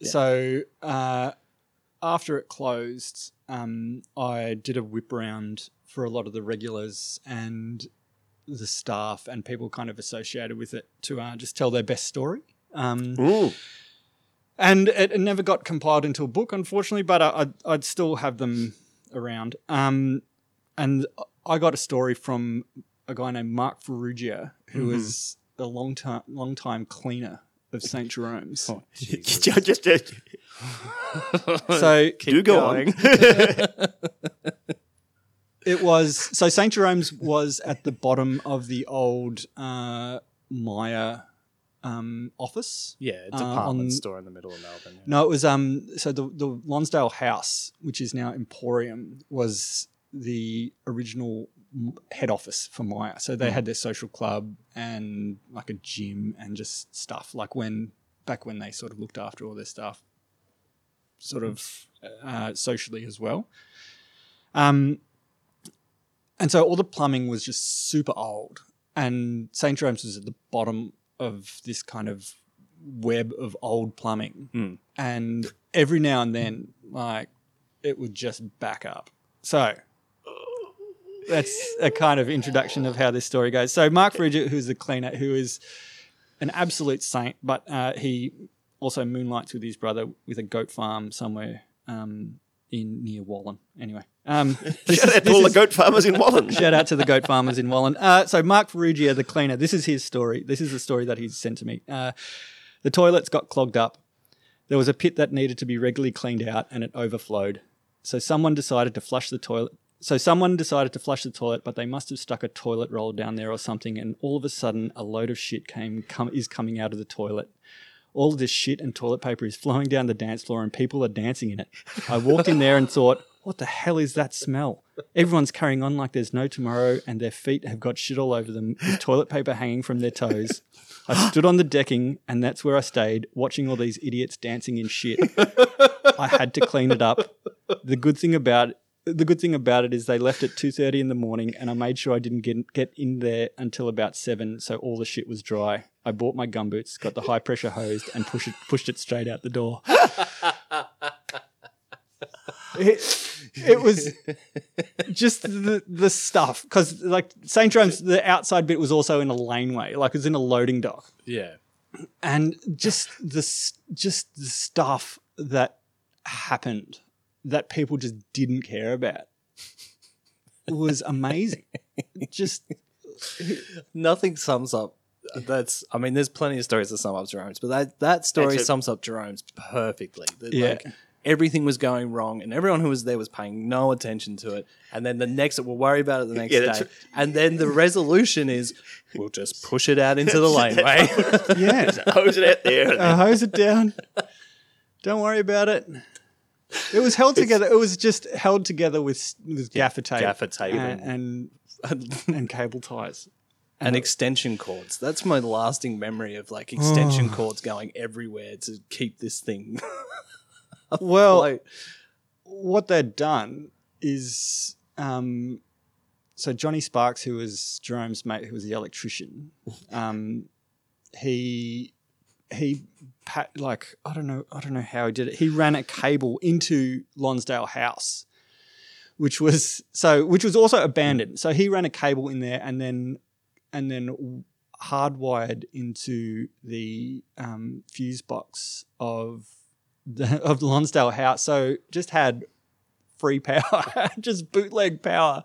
So uh, after it closed, um, I did a whip round for a lot of the regulars and the staff and people kind of associated with it to uh, just tell their best story. Um,
Ooh.
and it, it never got compiled into a book, unfortunately. But I, I'd, I'd still have them around. Um, and I got a story from a guy named Mark Ferrugia, who was a long time long time cleaner of St Jerome's.
Oh. just, just, just
so
do go on.
it was so St Jerome's was at the bottom of the old uh, Maya um, office.
Yeah,
uh,
department
on-
store in the middle of Melbourne. yeah.
No, it was um. So the the Lonsdale House, which is now Emporium, was the original m- head office for Maya. So they had their social club and like a gym and just stuff like when back when they sort of looked after all their stuff, sort of uh, socially as well. Um, and so all the plumbing was just super old, and St Jerome's was at the bottom of this kind of web of old plumbing and every now and then, like it would just back up. So that's a kind of introduction of how this story goes. So Mark Bridget, who's the cleaner, who is an absolute saint, but uh, he also moonlights with his brother with a goat farm somewhere um, in near Wallen. Anyway, um, this
Shout
is-
out to
this
all the
is-
goat farmers in Wallen.
Shout out to the goat farmers in Wallen. Uh, so Mark Ferrugia, the cleaner, this is his story. This is the story that he sent to me. Uh, the toilets got clogged up. There was a pit that needed to be regularly cleaned out, and it overflowed. So someone decided to flush the toilet. So someone decided to flush the toilet, but they must have stuck a toilet roll down there or something. And all of a sudden, a load of shit came come, is coming out of the toilet. All of this shit and toilet paper is flowing down the dance floor, and people are dancing in it. I walked in there and thought, what the hell is that smell? Everyone's carrying on like there's no tomorrow, and their feet have got shit all over them with toilet paper hanging from their toes. I stood on the decking, and that's where I stayed, watching all these idiots dancing in shit. I had to clean it up. The good thing about the good thing about it is they left at two thirty in the morning, and I made sure I didn't get get in there until about seven, so all the shit was dry. I bought my gumboots, got the high pressure hose, and pushed it pushed it straight out the door. It, it was just the the stuff because like St John's, the outside bit was also in a laneway, like it was in a loading dock
Yeah.
and just this just the stuff that happened that people just didn't care about was amazing just
Nothing sums up. That's. I mean, there's plenty of stories that sum up Jerome's, but that that story
That's it.
sums up Jerome's perfectly. That,
Yeah.
Like, everything was going wrong, and everyone who was there was paying no attention to it. And then the next, we'll worry about it the next
Yeah,
day.
that's
And then the resolution is, we'll just push it out into the laneway.
yeah
Hose it out there.
I hose it down don't worry about it it was held together it was just held together with with gaffer tape
gaffer tape
and and, and cable ties
and extension cords. That's my lasting memory of like extension cords going everywhere to keep this thing.
well
Like,
what they'd done is um, so Johnny Sparks, who was Jerome's mate, who was the electrician, um, he he pat, like I don't know I don't know how he did it. He ran a cable into Lonsdale House, which was so which was also abandoned. So he ran a cable in there and then and then hardwired into the um, fuse box of the, of Lonsdale House. So just had free power, just bootleg power,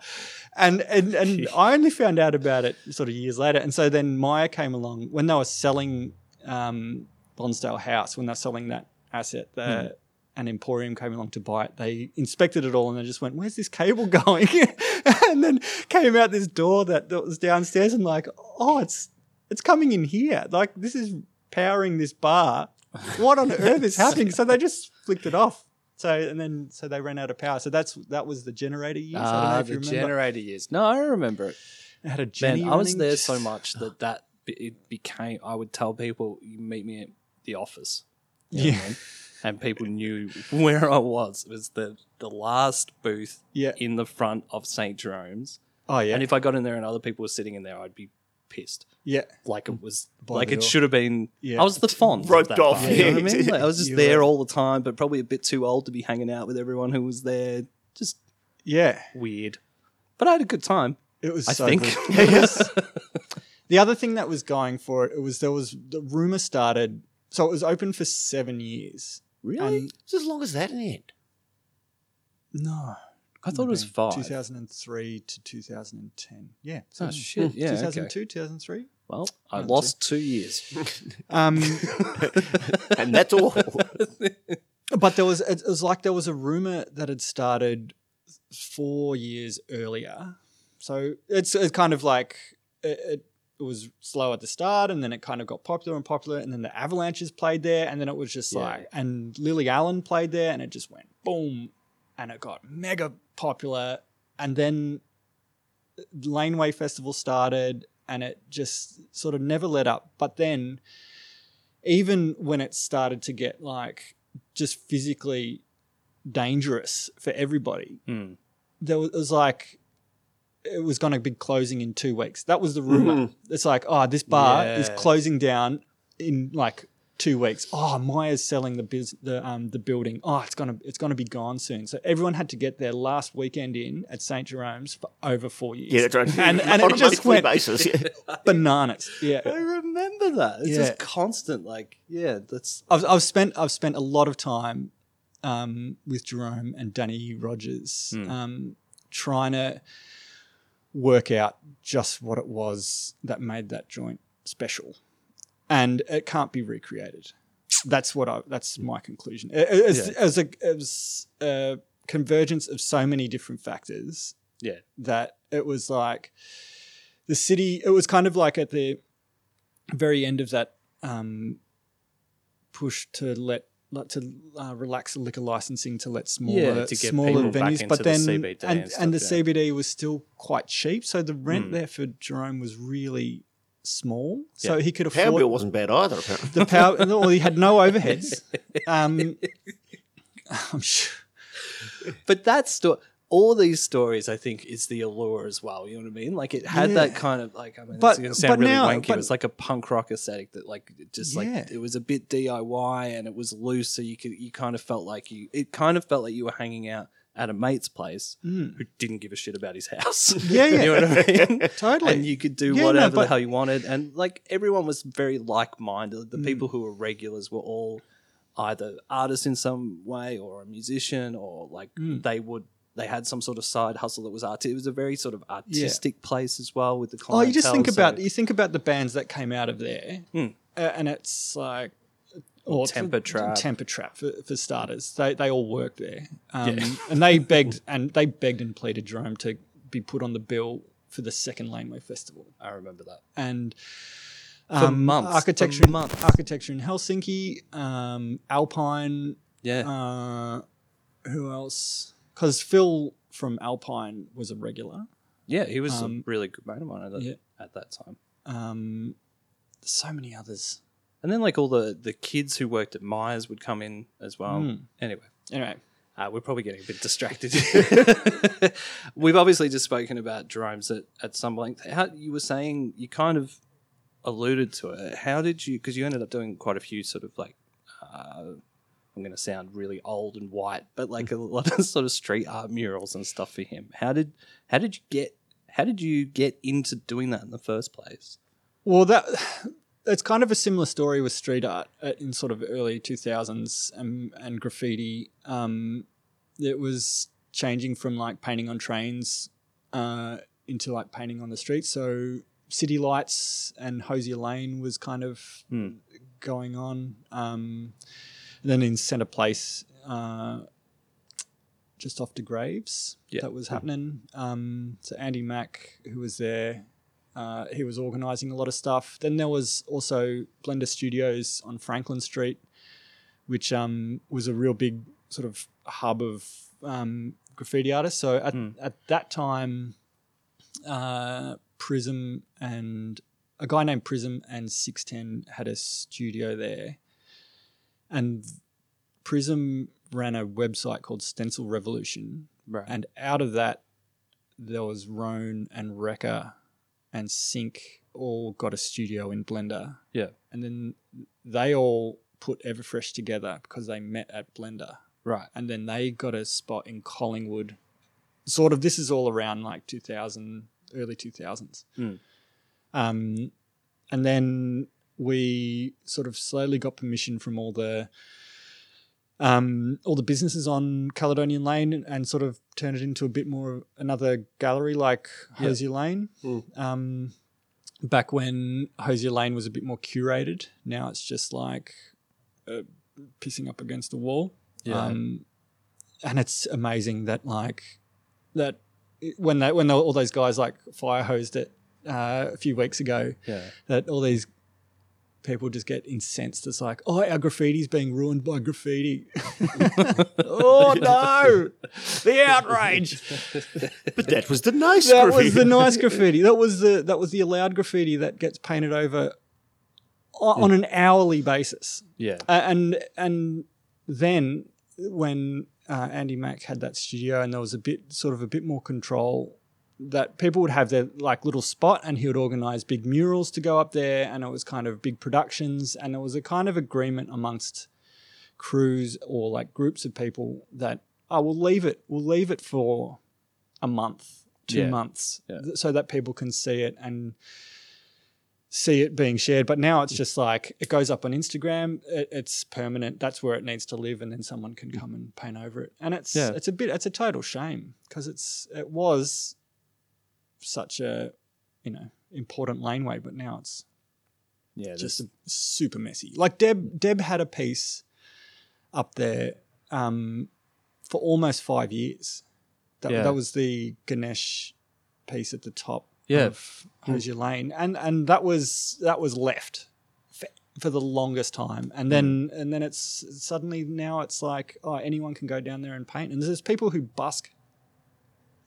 and and and I only found out about it sort of years later. And so then Maya came along when they were selling um, Lonsdale House when they were selling that asset.
Hmm.
The, An emporium came along to buy it. They inspected it all and they just went, "Where's this cable going?" and then came out this door that, that was downstairs and like, "Oh, it's it's coming in here. Like this is powering this bar. What on earth is happening?" So they just flicked it off. So and then so they ran out of power. So that's that was the generator years. I don't know
ah,
if you
the
remember.
generator years. No, I remember it.
it had a
Man,
genie
I was
running.
there so much that that be- it became. I would tell people, "You meet me at the office," you know what I
Yeah.
mean? and people knew where I was. It was the the last booth
Yeah.
in the front of St Jerome's,
Oh yeah.
and if I got in there and other people were sitting in there, I'd be pissed.
yeah.
like it was
By
like
the
it
door.
should have been.
Yeah.
I was the font
Roped off,
You know what I
yeah.
mean? Like, I was just
You
there
were.
all the time, but probably a bit too old to be hanging out with everyone who was there. Just
Yeah.
weird, but I had a good time.
It was
I
so
think.
good. Yes. the other thing that was going for it, it was there was the rumor started so it was open for seven years.
Really?
And-
it's as long as that in the end.
No.
I thought it was five.
Two thousand and three to two thousand and ten.
Oh
Yeah. seven. hmm,
shit! Yeah.
two thousand
Okay.
two, two thousand three.
Well, I lost two years.
Um,
And that's all.
but there was it was like there was a rumor that had started four years earlier. So it's, it's kind of like it, it it was slow at the start and then it kind of got popular and popular and then the Avalanches played there and then it was just like and Lily Allen played there and it just went boom and it got mega popular and then Laneway Festival started and it just sort of never let up but then even when it started to get like just physically dangerous for everybody there was, it was like it was going to be closing in two weeks. That was the rumor.
Mm-hmm.
It's like, oh, this bar is closing down in like two weeks. Oh, Maya's selling the biz, the um the building. Oh, it's gonna it's gonna be gone soon. So everyone had to get their last weekend in at St Jerome's for over four years.
Yeah, that's right.
And, and
on
it
a
just
monthly
went
basis. Yeah.
bananas.
I
Yeah.
remember that. It's
Yeah.
just constant, like, yeah, that's
I've, I've spent I've spent a lot of time um, with Jerome and Danny Rogers um, trying to work out just what it was that made that joint special, and it can't be recreated. That's what I. That's my conclusion. It- it- It's, As a as a convergence of so many different factors.
Yeah.
That it was like the city. It was kind of like at the very end of that um, push to let like to uh, relax the liquor licensing to let smaller
Yeah, to get
smaller
people back
venues,
into
but
the
then
CBD
and,
and
and the
stuff, yeah. Hmm.
CBD was still quite cheap, so the rent there for Jerome was really small, so he could
Power
afford
bill wasn't bad either, apparently.
the power. well, he had no overheads. Um, I'm sure.
But that story, all these stories, I think, is the allure as well. You know what I mean? Like it had
Yeah.
that kind of like. I mean,
But-
it's going to sound
but
really
now-
wanky.
but-
it was like a punk rock aesthetic that, like, it just
Yeah.
like it was a bit DIY and it was loose, so you could you kind of felt like you. It kind of felt like you were hanging out at a mate's place who didn't give a shit about his house.
Mm. Yeah, yeah.
you know what I mean?
Totally.
And you could do
Yeah, no,
whatever
but-
the hell you wanted, and like everyone was very like minded.
Mm.
The people who were regulars were all either artists in some way or a musician or like
Mm.
they would they had some sort of side hustle that was art. It was a very sort of artistic place as well with the
Oh, you just think
clientele,
about you think about the bands that came out of there, uh, and it's like or
Hmm. Temper Trap.
temper trap for, for starters. They they all worked there, um, and they begged and they begged and pleaded Jerome to be put on the bill for the second Laneway Festival,
so I remember that.
and
For
um,
months, for
architecture in-
months.
architecture in Helsinki, um, Alpine.
Yeah.
Uh, who else? Because Phil from Alpine was a regular.
yeah, he was
um,
a really good mate of mine at, that-
yeah.
at that time.
Um, so many others.
And then like all the the kids who worked at Myers would come in as well.
Mm.
Anyway.
Anyway,
Uh, we're probably getting a bit distracted. We've obviously just spoken about Jerome's at, at some length. How you were saying you kind of alluded to it. How did you? Because you ended up doing quite a few sort of like. Uh, I'm going to sound really old and white, but like a lot of sort of street art murals and stuff for him. How did how did you get how did you get into doing that in the first place?
Well, that it's kind of a similar story with street art uh, in sort of early two thousands and, and graffiti. Um, it was changing from like painting on trains uh, into like painting on the street. So city lights and Hosier Lane was kind of going on. Um, and then in Centre Place, uh, just off to Graves,
Yeah.
that was happening. Um, so Andy Mack, who was there, uh, he was organising a lot of stuff. Then there was also Blender Studios on Franklin Street, which um, was a real big sort of hub of um, graffiti artists. So at, at that time, uh, Prism and a guy named Prism and 610 had a studio there. And Prism ran a website called Stencil Revolution.
Right.
And out of that, there was Roan and Wrecker and Sync all got a studio in Blender.
Yeah.
And then they all put Everfresh together because they met at Blender.
Right.
And then they got a spot in Collingwood. Sort of, this is all around like 2000, early 2000s. Um, and then we sort of slowly got permission from all the um, all the businesses on Caledonian Lane and, and sort of turned it into a bit more of another gallery like Hosier Lane. Um, back when Hosier Lane was a bit more curated, now it's just like uh, pissing up against the wall.
Yeah.
Um, and it's amazing that like that when they when they, all those guys like fire hosed it uh, a few weeks ago.
Yeah.
That all these people just get incensed. It's like, oh, our graffiti's being ruined by graffiti. oh no, the outrage.
But that was the nice
That
graffiti.
was the nice graffiti. That was the that was the allowed graffiti that gets painted over on, on an hourly basis.
Yeah.
Uh, and and then when uh, Andy Mack had that studio and there was a bit sort of a bit more control that people would have their like little spot and he would organize big murals to go up there and it was kind of big productions and there was a kind of agreement amongst crews or like groups of people that I will leave it we'll leave it for a month two
Yeah.
months
Yeah.
th- so that people can see it and see it being shared. But now it's just like it goes up on Instagram. It, it's permanent. That's where it needs to live, and then someone can come and paint over it. And it's
Yeah.
it's a bit it's a total shame because it's it was such a you know important laneway, but now it's
Yeah.
just super messy. Like Deb, Deb had a piece up there um, for almost five years. That,
Yeah.
that was the Ganesh piece at the top
Yeah.
of Hosier Lane, and and that was that was left for, for the longest time, and then
Mm-hmm.
and then it's suddenly now it's like oh anyone can go down there and paint, and there's people who busk.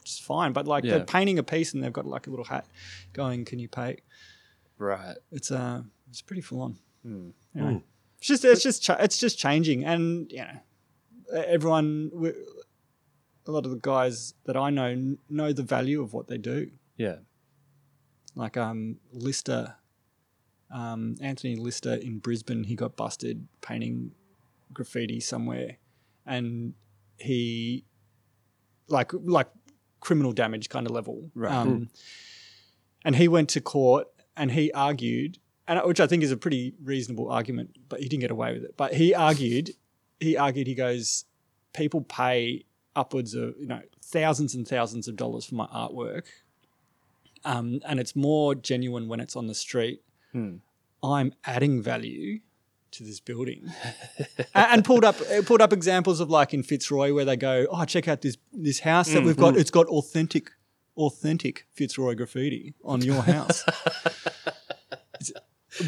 It's fine, but like
Yeah.
they're painting a piece and they've got like a little hat going. Can you paint?
right.
it's uh it's pretty full on. Anyway, It's just it's just cha- it's just changing, and you know, e- everyone, we, a lot of the guys that I know n- know the value of what they do.
Yeah.
Like um Lister, um Anthony Lister in Brisbane, he got busted painting graffiti somewhere, and he like like criminal damage kind of level. Right. Um, And he went to court and he argued, and uh, which I think is a pretty reasonable argument, but he didn't get away with it. But he argued, he argued, he goes, people pay upwards of you know thousands and thousands of dollars for my artwork, um, and it's more genuine when it's on the street.
Hmm.
I'm adding value to this building and and pulled up uh, pulled up examples of like in Fitzroy where they go, oh, check out this this house that we've
Mm-hmm.
got. It's got authentic, authentic Fitzroy graffiti on your house. It's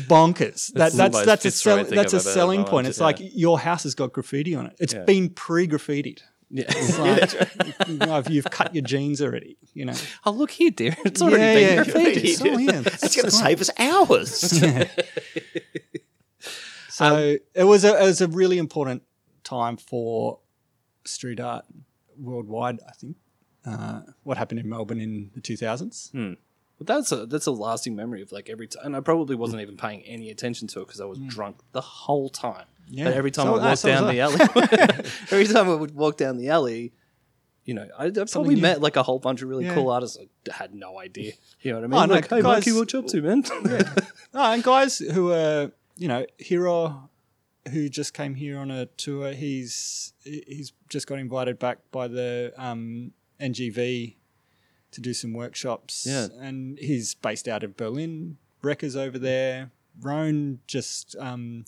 Bonkers. That,
the
that's
most
that's a
Fitzroy
sell,
thing
that's a
I've ever
selling
heard.
point. It's
Yeah.
like your house has got graffiti on it. It's been pre-graffitied. Yeah, it's like, you know, you've cut your jeans already. You know,
Oh, look here, dear. It's already
Yeah,
been
Oh, yeah.
completed.
It's all in.
That's going to save us hours.
So it was a it was a really important time for street art worldwide. I think uh, what happened in Melbourne in the two thousands.
But that's a that's a lasting memory of like every time, and I probably wasn't even paying any attention to it because I was drunk the whole time.
Mm. Yeah.
But every time
So-
I
ah,
walked
so was
down
I.
the alley, every time I would walk down the alley, you know, I, I probably
new.
met like a whole bunch of really
Yeah.
cool artists. I had no idea. You know what I mean?
Oh, no,
like, hey,
guys-
Mikey, what you up to, man?
No, Ah, and guys who are you know Hero, who just came here on a tour. He's he's just got invited back by the um, NGV to do some workshops.
Yeah.
and he's based out of Berlin. Wreckers over there. Roan just um,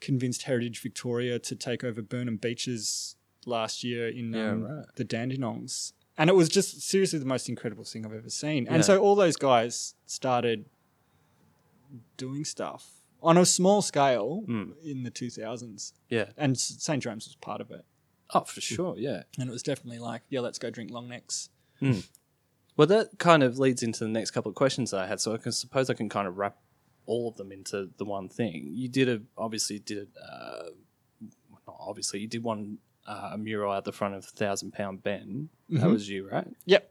convinced Heritage Victoria to take over Burnham Beaches last year in um, the Dandenongs. And it was just seriously the most incredible thing I've ever seen. And so all those guys started doing stuff on a small scale in the 2000s.
Yeah.
And S- St. James was part of it.
Oh, for sure. Yeah.
And it was definitely like, yeah, let's go drink long necks.
Well, that kind of leads into the next couple of questions that I had. So I can suppose I can kind of wrap all of them into the one thing. You did a obviously did uh, not obviously you did one uh, a mural out the front of Thousand Pound Ben. That was you, right?
Yep.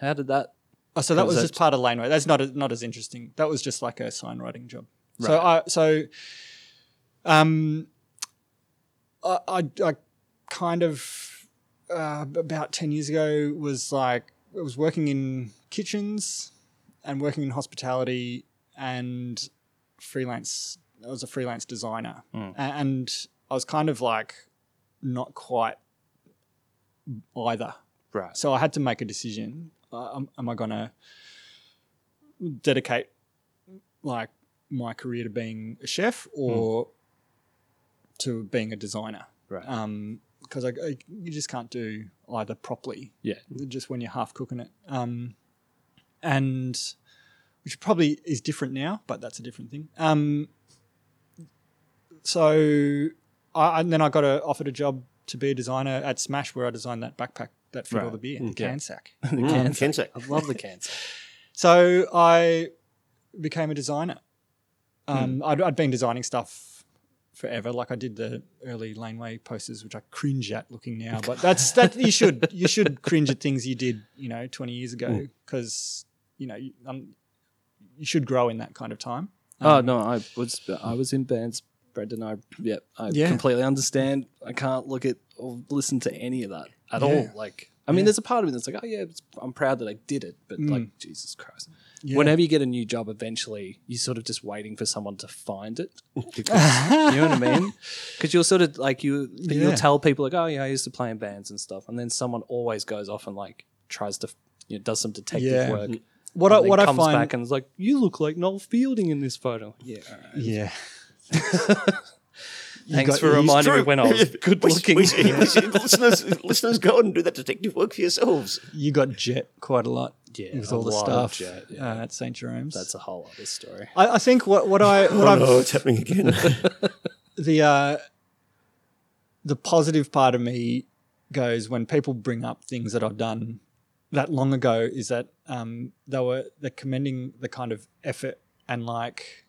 How did that?
Oh, so that
Was
was
that-
just part of laneway. That's not as- not as interesting. That was just like a sign writing job. So I so um I I, I kind of uh, about ten years ago was like I was working in kitchens and working in hospitality and freelance. I was a freelance designer A- and I was kind of like not quite either.
Right.
So I had to make a decision. Uh, am, am I going to dedicate like my career to being a chef or to being a designer?
Hmm. Right.
Because I, I- you just can't do either properly.
Yeah.
Just when you're half cooking it. Um, and which probably is different now, but that's a different thing. Um, so, I, and then I got a, offered a job to be a designer at Smash, where I designed that backpack that fit all the beer, the can sack.
Mm, can say.
I love the cancer.
So I became a designer. Um,
Hmm.
I'd, I'd been designing stuff forever. Like I did the early laneway posters, which I cringe at looking now. But that's that you should you should cringe at things you did you know twenty years ago because you know you, um, you should grow in that kind of time.
oh
Um,
no, I was I was in bands. Brendan, I yeah, I
Yeah.
completely understand. I can't look at or listen to any of that at all.
Yeah. Mm.
Like, I mean, there's a part of me that's like, oh yeah, it's, I'm proud that I did it, but like, Jesus Christ.
Yeah.
Whenever you get a new job, eventually you're sort of just waiting for someone to find it. you know what I mean? Because you'll sort of like you
Yeah.
you'll tell people like, oh yeah, I used to play in bands and stuff, and then someone always goes off and like tries to you know, does some detective
Yeah. Mm.
work.
What
and
I
then
what I
comes
find
back and is like, you look like Noel Fielding in this photo. Yeah, all right.
yeah.
thanks
got-
for
he's
reminding me
True.
when I was good
We-
looking.
we- listeners, listeners, go and do that detective work for yourselves.
You got jet quite a lot.
Yeah,
with
a
all the
lot of
stuff
jet,
uh, at St Jerome's.
That's a whole other story.
I, I think what what I what
Oh
I've
no, it's happening again.
the uh, the positive part of me goes when people bring up things that I've done that long ago is that um, they were they're commending the kind of effort and like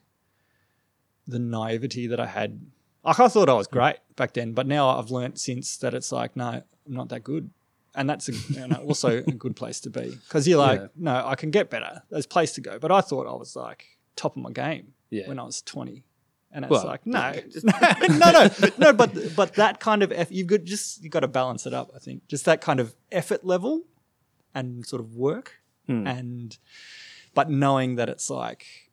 the naivety that I had. Like I thought I was great back then, but now I've learnt since that it's like no, I'm not that good, and that's a, and also a good place to be because you're like no, I can get better. There's a place to go, but I thought I was like top of my game
Yeah.
when I was 20. And it's
Well,
like no, no, no, no. But but that kind of eff- you've got just you have got to balance it up. I think just that kind of effort level and sort of work and but knowing that it's like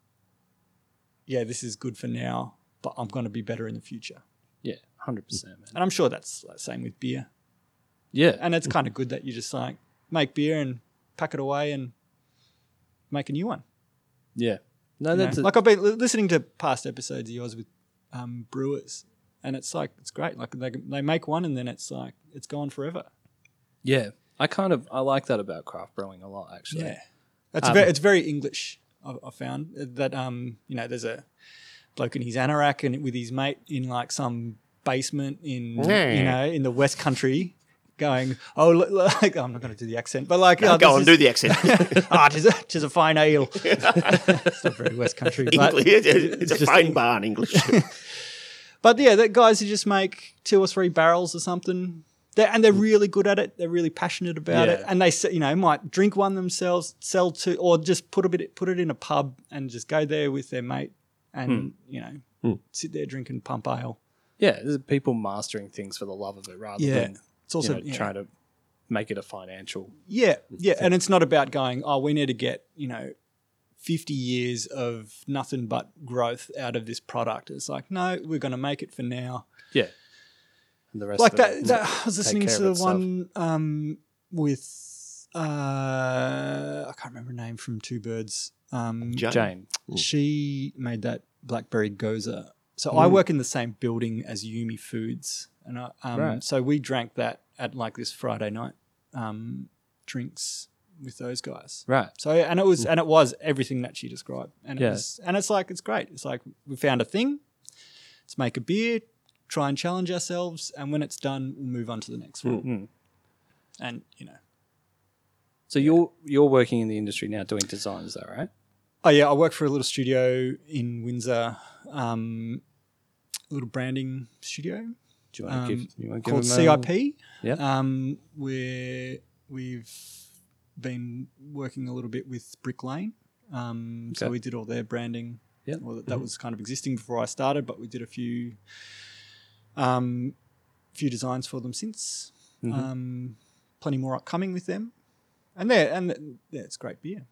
yeah, this is good for now, but I'm going to be better in the future.
Yeah, hundred percent, man.
And I'm sure that's the same with beer.
Yeah,
And it's kind of good that you just like make beer and pack it away and make a new one.
yeah. No,
you know?
that's a-
like I've been li- listening to past episodes of yours with um, brewers, and it's like it's great. Like they they make one, and then it's like it's gone forever.
yeah. I kind of I like that about craft brewing a lot, actually.
That's
Um,
ve- it's very English. I, I found that um, you know there's a bloke in his anorak and with his mate in like some basement in you know in the West Country, going oh l- l- like I'm not going to do the accent, but like oh,
go
this
and do
is-
the accent.
Ah, tis a, tis a fine ale. it's not very West Country, but
English. It's, a fine barn English.
But yeah, that guys who just make two or three barrels or something. They're, and they're really good at it. They're really passionate about it,
Mm. Yeah.
and they s- you know might drink one themselves, sell two, or just put a bit put it in a pub and just go there with their mate
Mm.
and you know sit there drinking pump ale.
Yeah, there's people mastering things for the love of it rather
Yeah.
than
It's also
you know,
yeah.
trying to make it a financial.
Yeah, yeah, and it's not about going. Oh, we need to get you know, fifty years of nothing but growth out of this product. It's like no, we're going to make it for now.
Yeah, and the rest
like
of
that,
it-
that I was listening
care
to
of
the
itself.
one um, with uh, I can't remember her name from Two Birds. Um,
Jane.
she made that blackberry goza. So
Mm.
I work in the same building as Yumi Foods, and I, um,
Right.
so we drank that at like this Friday night um, drinks with those guys.
Right. Mm.
So and it was and it was everything that she described, and it
Yeah.
was and it's like it's great. It's like we found a thing. Let's make a beer, try and challenge ourselves, and when it's done, we'll move on to the next one.
Mm.
And you know,
So you're you're working in the industry now doing design, is that right?
Oh yeah, I work for a little studio in Windsor, um, a little branding studio
Do you want to
Um,
give you want to give
called
them a-
CIP.
Yeah.
Um, where we've been working a little bit with Brick Lane. Um, So
Okay.
we did all their branding.
Yeah. Mm-hmm.
Well, that, that was kind of existing before I started, but we did a few, um, few designs for them since.
Mm-hmm.
Um, plenty more upcoming with them, and they're and yeah, it's great beer,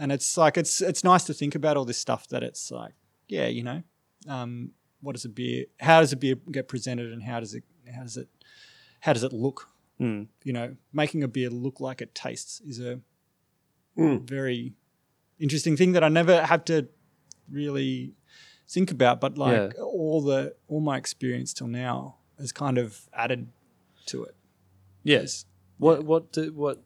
and it's like it's it's nice to think about all this stuff that it's like yeah you know, um, what does a beer? How does a beer get presented, and how does it how does it how does it look?
Mm.
You know, making a beer look like it tastes is a very interesting thing that I never have to really think about. But like
Yeah.
all the all my experience till now has kind of added to it.
Yes. What what do, what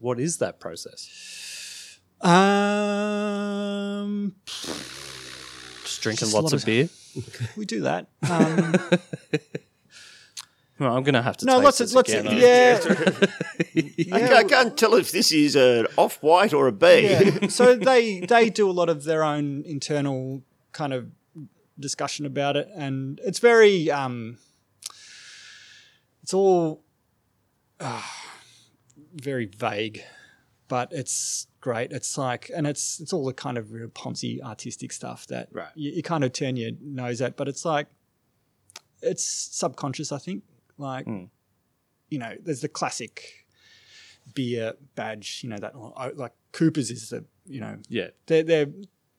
what is that process?
Um,
Just drinking
Just a
lots
lot
of
of-
beer.
we do that. Um,
Well, I'm gonna have to.
no,
taste
let's
this
let's
again.
yeah.
I, ca- I can't tell if this is an off white or a bee.
yeah. so they they do a lot of their own internal kind of discussion about it, and it's very um, it's all ah, very vague, but it's great. It's like, and it's it's all the kind of real Ponzi artistic stuff that
Right.
you, you kind of turn your nose at, but it's like it's subconscious, I think. Like, you know, there's the classic beer badge, you know, that like Cooper's is the, you know,
yeah.
they're, they're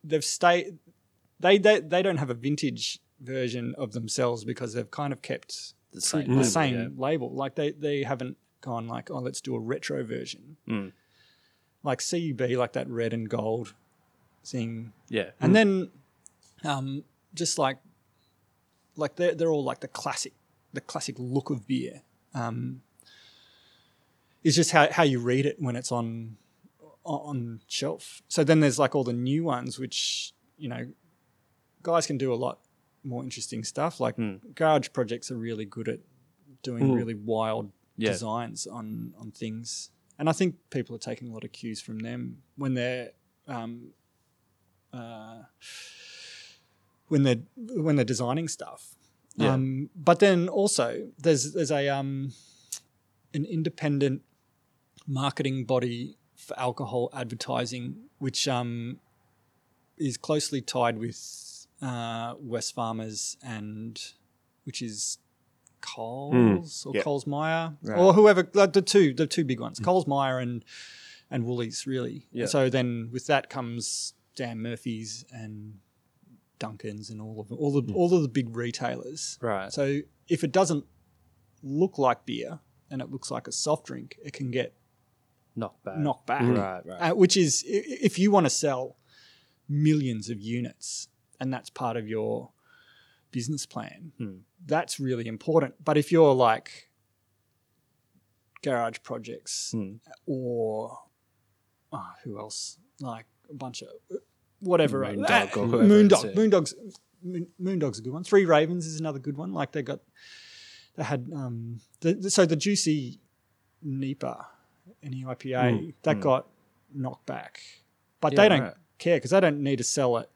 they've stayed they, they they don't have a vintage version of themselves because they've kind of kept
The same.
the same label like they they haven't gone like oh let's do a retro version
Mm.
like cub like that red and gold thing
Yeah.
and then um just like like they're, they're all like the classic the classic look of beer um is just how, how you read it when it's on on shelf. So then there's like all the new ones, which you know, guys can do a lot more interesting stuff. Like
Hmm.
garage projects are really good at doing really wild
Yeah.
designs on on things, and I think people are taking a lot of cues from them when they're um, uh, when they're when they're designing stuff.
Yeah.
Um, but then also there's there's a um, an independent marketing body for alcohol advertising, which um, is closely tied with uh, West Farmers and which is
Hmm.
Coles or
yeah.
Coles Meyer or whoever like the two the two big ones, Coles Meyer and and Woolies really.
Yeah.
So then with that comes Dan Murphy's and Duncan's and all of all the all of the big retailers.
Hmm. Right.
So if it doesn't look like beer and it looks like a soft drink, it can get
Not bad. Mm.
knocked back.
Right. Right.
Uh, which is i- i- if you want to sell millions of units and that's part of your business plan,
Hmm.
that's really important. But if you're like garage projects
Hmm.
or oh, who else, like a bunch of uh, whatever, uh,
Moondog or whoever it is,
Moondog,
yeah.
Moondog's, Moon, Moondog's a good one. Three Ravens is another good one. Like they got, they had, um, the, the- so the juicy Nipa, an IPA
Hmm.
that got knocked back, but
Yeah,
they don't
right.
care because they don't need to sell it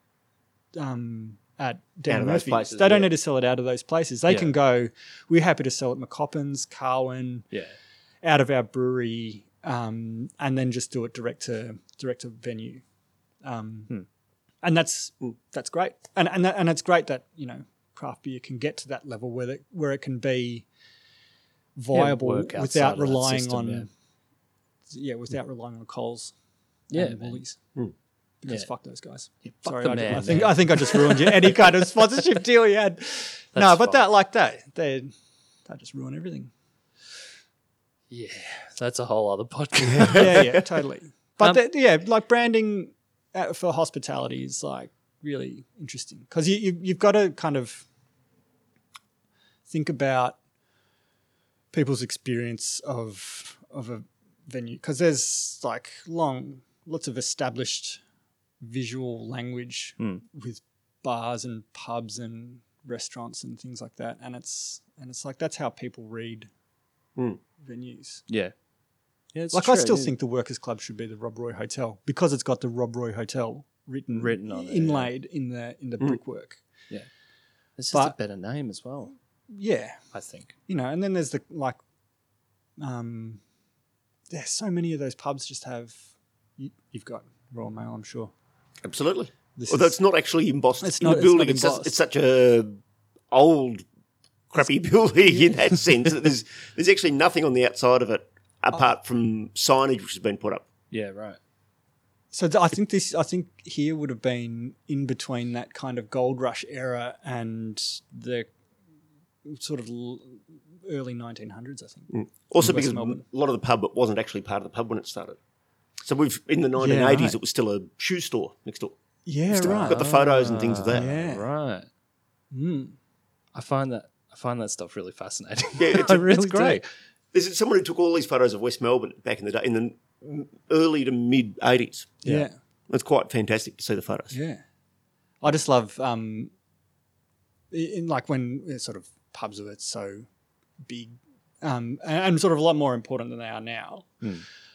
um, at
Out
Dan
of those
Murphy's.
places,
they don't
yeah.
need to sell it out of those places. They
Yeah.
can go. We're happy to sell at McCoppin's, Carwin,
Yeah.
out of our brewery, um, and then just do it direct to direct to venue. Um,
Hmm.
And that's that's great, and and that, and it's great that you know craft beer can get to that level where it where it can be viable
work outside of
without
that
relying
system,
on
yeah.
yeah. without relying on Coles
Yeah,
and
man. Hmm.
Woolies. Because
Yeah.
fuck those guys.
fuck
Sorry,
the
I,
man,
I think I think I just ruined you any kind of sponsorship deal you had. no,
That's
but
fine.
that like that they they just ruin everything.
Yeah. That's a whole other podcast.
yeah, yeah, totally. But
Um,
that, yeah, like branding uh, for hospitality is like really interesting because you, you you've got to kind of think about people's experience of of a venue because there's like long lots of established visual language with bars and pubs and restaurants and things like that and it's and it's like that's how people read venues
yeah. Yeah. It's
like I
true,
still
yeah.
think the Workers Club should be the Rob Roy Hotel because it's got the Rob Roy Hotel written
Written on it, yeah. Hmm.
inlaid in the in the brickwork.
This is a
but-
better name as well.
Yeah,
I think.
you know, and then there's the like, um, yeah, so many of those pubs just have. You, you've got Royal Mail, I'm sure.
Absolutely.
This
Although
is-
it's not actually embossed
It's
in
not-
the
it's
building.
not
It's, just-
embossed.
it's such a old, crappy building in that sense. that there's there's actually nothing on the outside of it apart
Oh.
from signage which has been put up.
Yeah. Right.
So th- I think this, I think here would have been in between that kind of gold rush era and the sort of l- early 1900s. I
Hmm.
think.
Also,
West
because
Melbourne.
a lot of the pub it wasn't actually part of the pub when it started. So we've in the 1980s,
right.
it was still a shoe store next door.
Yeah,
Still
right.
Got the photos and things of that.
Oh, Yeah.
Right.
Mm.
I find that I find that stuff really fascinating.
Yeah, it's-
I
it's
really do.
great. There's someone who took all these photos of West Melbourne back in the day in the early to mid 80s.
Yeah. yeah.
It's quite fantastic to see the photos.
I just love um, i- in like when it's sort of pubs are so big um, and, and sort of a lot more important than they are now.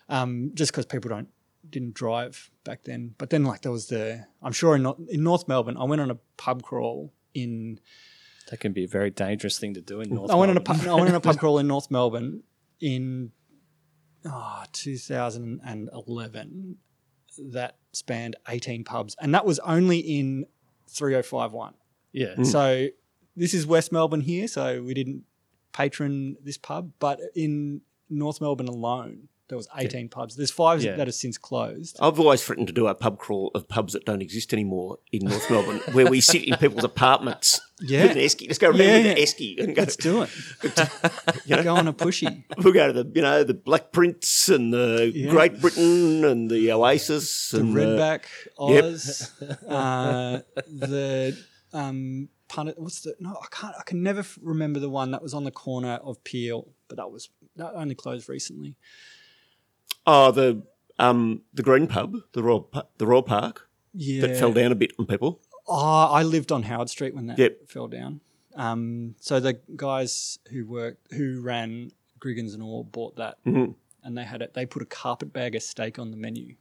Um, just because people don't didn't drive back then, but then like there was the I'm sure in North, in North Melbourne, I went on a pub crawl in
That can be a very dangerous thing to do in North.
I went on a
Melbourne.
pub, I went on a pub crawl in North Melbourne in oh, 2011 that spanned 18 pubs and that was only in 3051.
Yeah.
So this is West Melbourne here, so we didn't patron this pub, but in North Melbourne alone there was 18 pubs. There's five
Yeah.
that have since closed.
I've always threatened to do a pub crawl of pubs that don't exist anymore in North Melbourne, where we sit in people's apartments
Yeah.
with an esky. Just go around
Yeah,
with
yeah.
an esky and go,
Let's do it. Go on a pushy.
we'll go to the, you know, the Black Prince and the Great Britain and the Oasis
the
and the-
Redback, Oz, uh, the um, pundit. What's the no? I can't. I can never f- remember the one that was on the corner of Peel, but that was that only closed recently.
oh, the um, the Green Pub, the Royal, Pu- the Royal Park
Yeah,
that fell down a bit on people.
Oh, I lived on Howard Street when that
Yep.
fell down. Um, so the guys who worked, who ran Griggins and all, bought that, and they had it. They put a carpetbagger steak on the menu,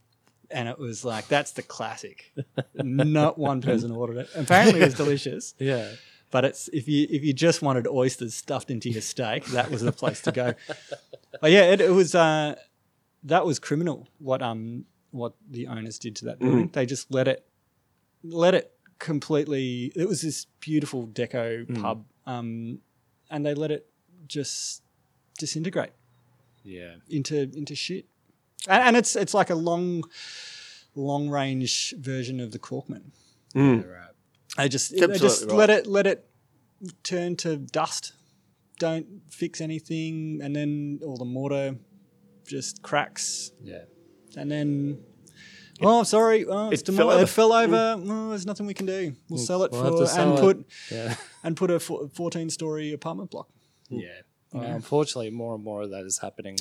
and it was like that's the classic. Not one person ordered it. Apparently, it was delicious.
yeah.
But it's if you if you just wanted oysters stuffed into your steak, that was the place to go. But yeah, it, it was uh, that was criminal. What um what the owners did to that building, they just let it let it completely. It was this beautiful deco pub, um, and they let it just disintegrate
Yeah.
into into shit. And, and it's it's like a long long range version of the Corkman. Mm. I just I just
Absolutely right.
let it let it turn to dust. Don't fix anything, and then all the mortar just cracks,
Yeah.
and then oh, I'm sorry, oh, it's
It
demol-
fell over. Mm.
it fell over. Oh, there's nothing we can do. We'll sell it
we'll have
for
to sell
and
it.
put
Yeah.
and put a four- 14 story apartment block.
Yeah. Well, unfortunately, more and more of that is happening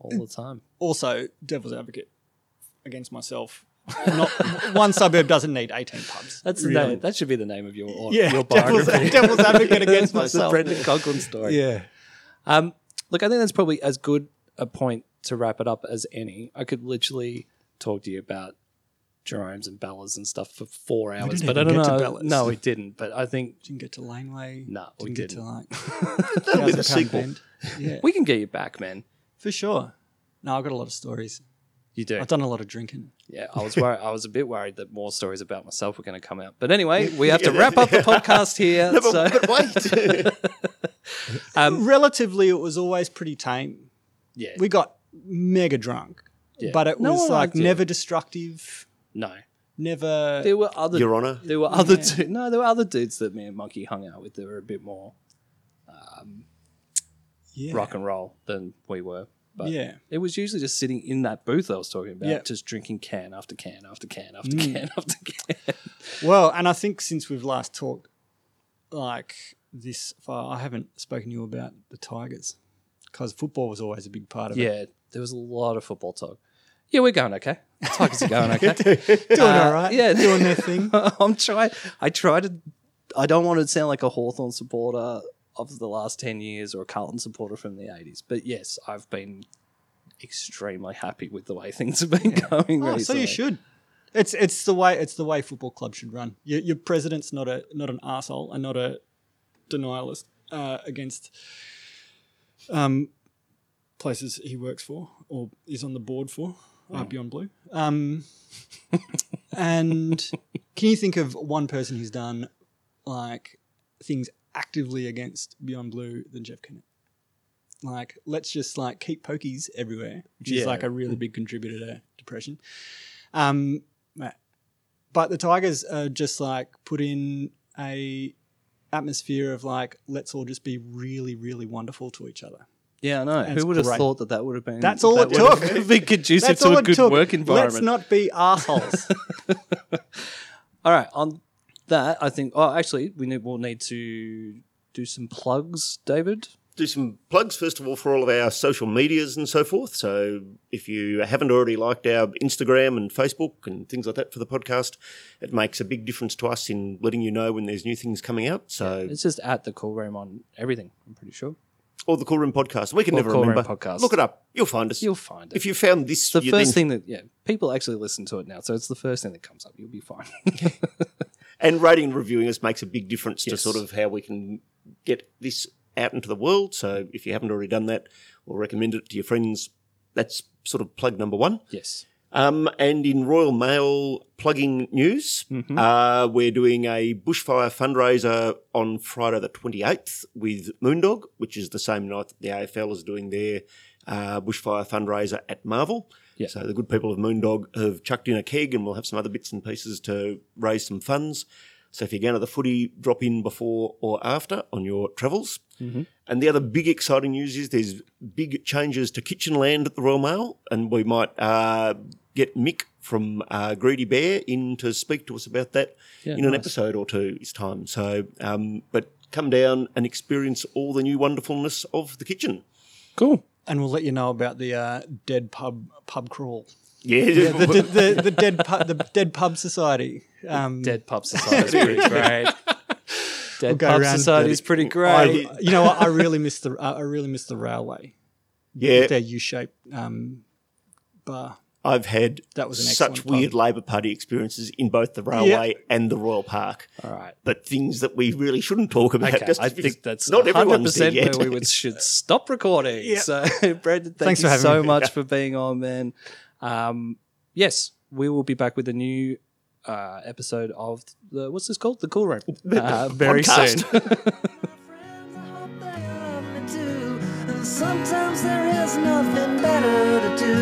all
Mm.
the time.
Also, devil's advocate against myself. Not one suburb doesn't need 18 pubs.
That's the
Really.
name, that should be the name of your or,
yeah,
your
devil's,
biography.
devil's advocate against
the
myself.
Brendan Conklin story.
Yeah.
Um, look, I think that's probably as good a point to wrap it up as any. I could literally talk to you about Jerome's and Bella's and stuff for four hours,
didn't
but I
even
don't
get to
know.
Bella's.
No, we didn't. But I think
Didn't get to Laneway.
No, we
didn't get to
didn't.
like.
That'll be the
1,000 pound
sequel.
bend. Yeah,
we can get you back, man.
for sure. No, I've got a lot of stories.
You do.
I've done a lot of drinking.
Yeah, I was worried. I was a bit worried that more stories about myself were going to come out. But anyway, we have to wrap up the podcast here.
No, but,
so
but wait.
Um,
Relatively, it was always pretty tame.
yeah,
We got mega drunk,
Yeah.
but it
No
was
one
like
liked it.
never destructive,
no,
never.
there were other
Your Honour.
There were other du- no, there were other dudes that me and Monkey hung out with that were a bit more
yeah.
rock and roll than we were. But
Yeah.
it was usually just sitting in that booth I was talking about,
Yeah. Mm.
just drinking can after can after can after can after can.
Well, and I think since we've last talked, like this far, I haven't spoken to you about the Tigers because football was always a big part of it.
yeah, there was a lot of football talk. Yeah, we're going okay. Tigers are going okay.
Doing all right.
Uh, yeah.
Doing their thing.
I'm trying. I try to. I don't want to sound like a Hawthorn supporter of the last ten years or a Carlton supporter from the '80s, but yes, I've been extremely happy with the way things have been going.
Oh, so
recently.
you should. It's it's the way it's the way football club should run. Your, your president's not a not an asshole and not a denialist uh, against um, places he works for or is on the board for. Uh, Beyond Blue. Um, and can you think of one person who's done like things actively against Beyond Blue than Jeff Kennett? Like, let's just like keep pokies everywhere, which is
Yeah.
like a really big contributor to depression. Um, but the Tigers are just like put in a atmosphere of like, let's all just be really, really wonderful to each other.
Yeah, I know.
it's
Who would have
great.
thought that that would have been?
That's all
that
it
would have
took.
Been conducive
That's
to
all
a
it
good
took.
work environment.
Let's not be assholes.
all right. On that, I think. Oh, actually, we need, we'll need to do some plugs, David.
do some plugs first of all for all of our social medias and so forth. So if you haven't already liked our Instagram and Facebook and things like that for the podcast, it makes a big difference to us in letting you know when there's new things coming out. So
It's just at the cool room on everything. I'm pretty sure.
or the Cool Room Podcast, we can
Or
never
Cool Room
remember.
Podcast.
Look it up, you'll find us.
You'll find it.
if you found this,
it's the
you
first thing
then-
that yeah, people actually listen to it now, so it's the first thing that comes up. You'll be fine.
and rating and reviewing us makes a big difference to
Yes.
sort of how we can get this out into the world. So if you haven't already done that or recommend it to your friends, that's sort of plug number one.
yes.
Um, and in Royal Mail plugging news, uh, we're doing a bushfire fundraiser on Friday the 28th with Moondog, which is the same night that the AFL is doing their uh, bushfire fundraiser at Marvel.
Yeah.
So the good people of Moondog have chucked in a keg and we'll have some other bits and pieces to raise some funds. So if you're going to the footy, drop in before or after on your travels. And the other big exciting news is there's big changes to kitchen land at the Royal Mail, and we might uh, get Mick from uh, Greedy Bear in to speak to us about that in an episode or two's time. So, um, but come down and experience all the new wonderfulness of the kitchen.
Cool.
And we'll let you know about the uh, dead pub pub crawl.
Yeah,
The, the, the, the dead pub the dead pub society. Um,
Dead Pub Society is pretty great. Dead
go
Pub
around
Society
the-
is pretty great.
I, you know, what? I really miss the I I really miss the railway.
yeah.
Their U-shaped um, bar.
I've had
That was an
such
excellent
weird Labor Party experiences in both the railway and the Royal Park.
All right.
But things that we really shouldn't talk about.
Okay,
just
I
because
think that's
not
not
everyone's
100%
there yet.
where we would, should stop recording. So, Brendan, thank
Thanks
you
for having
so
me.
much for being on, man. Um, yes, we will be back with a new uh, episode of the what's this called? The Cool Room. Uh, very soon.
friends, I hope they love me too. And sometimes there is nothing better to do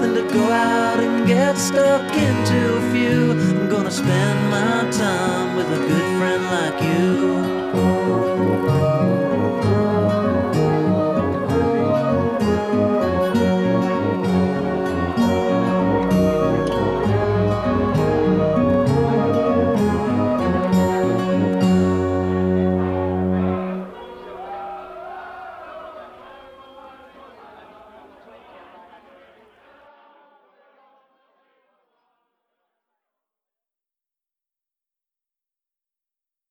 than to go out and get stuck into a few. I'm gonna spend my time with a good friend like you.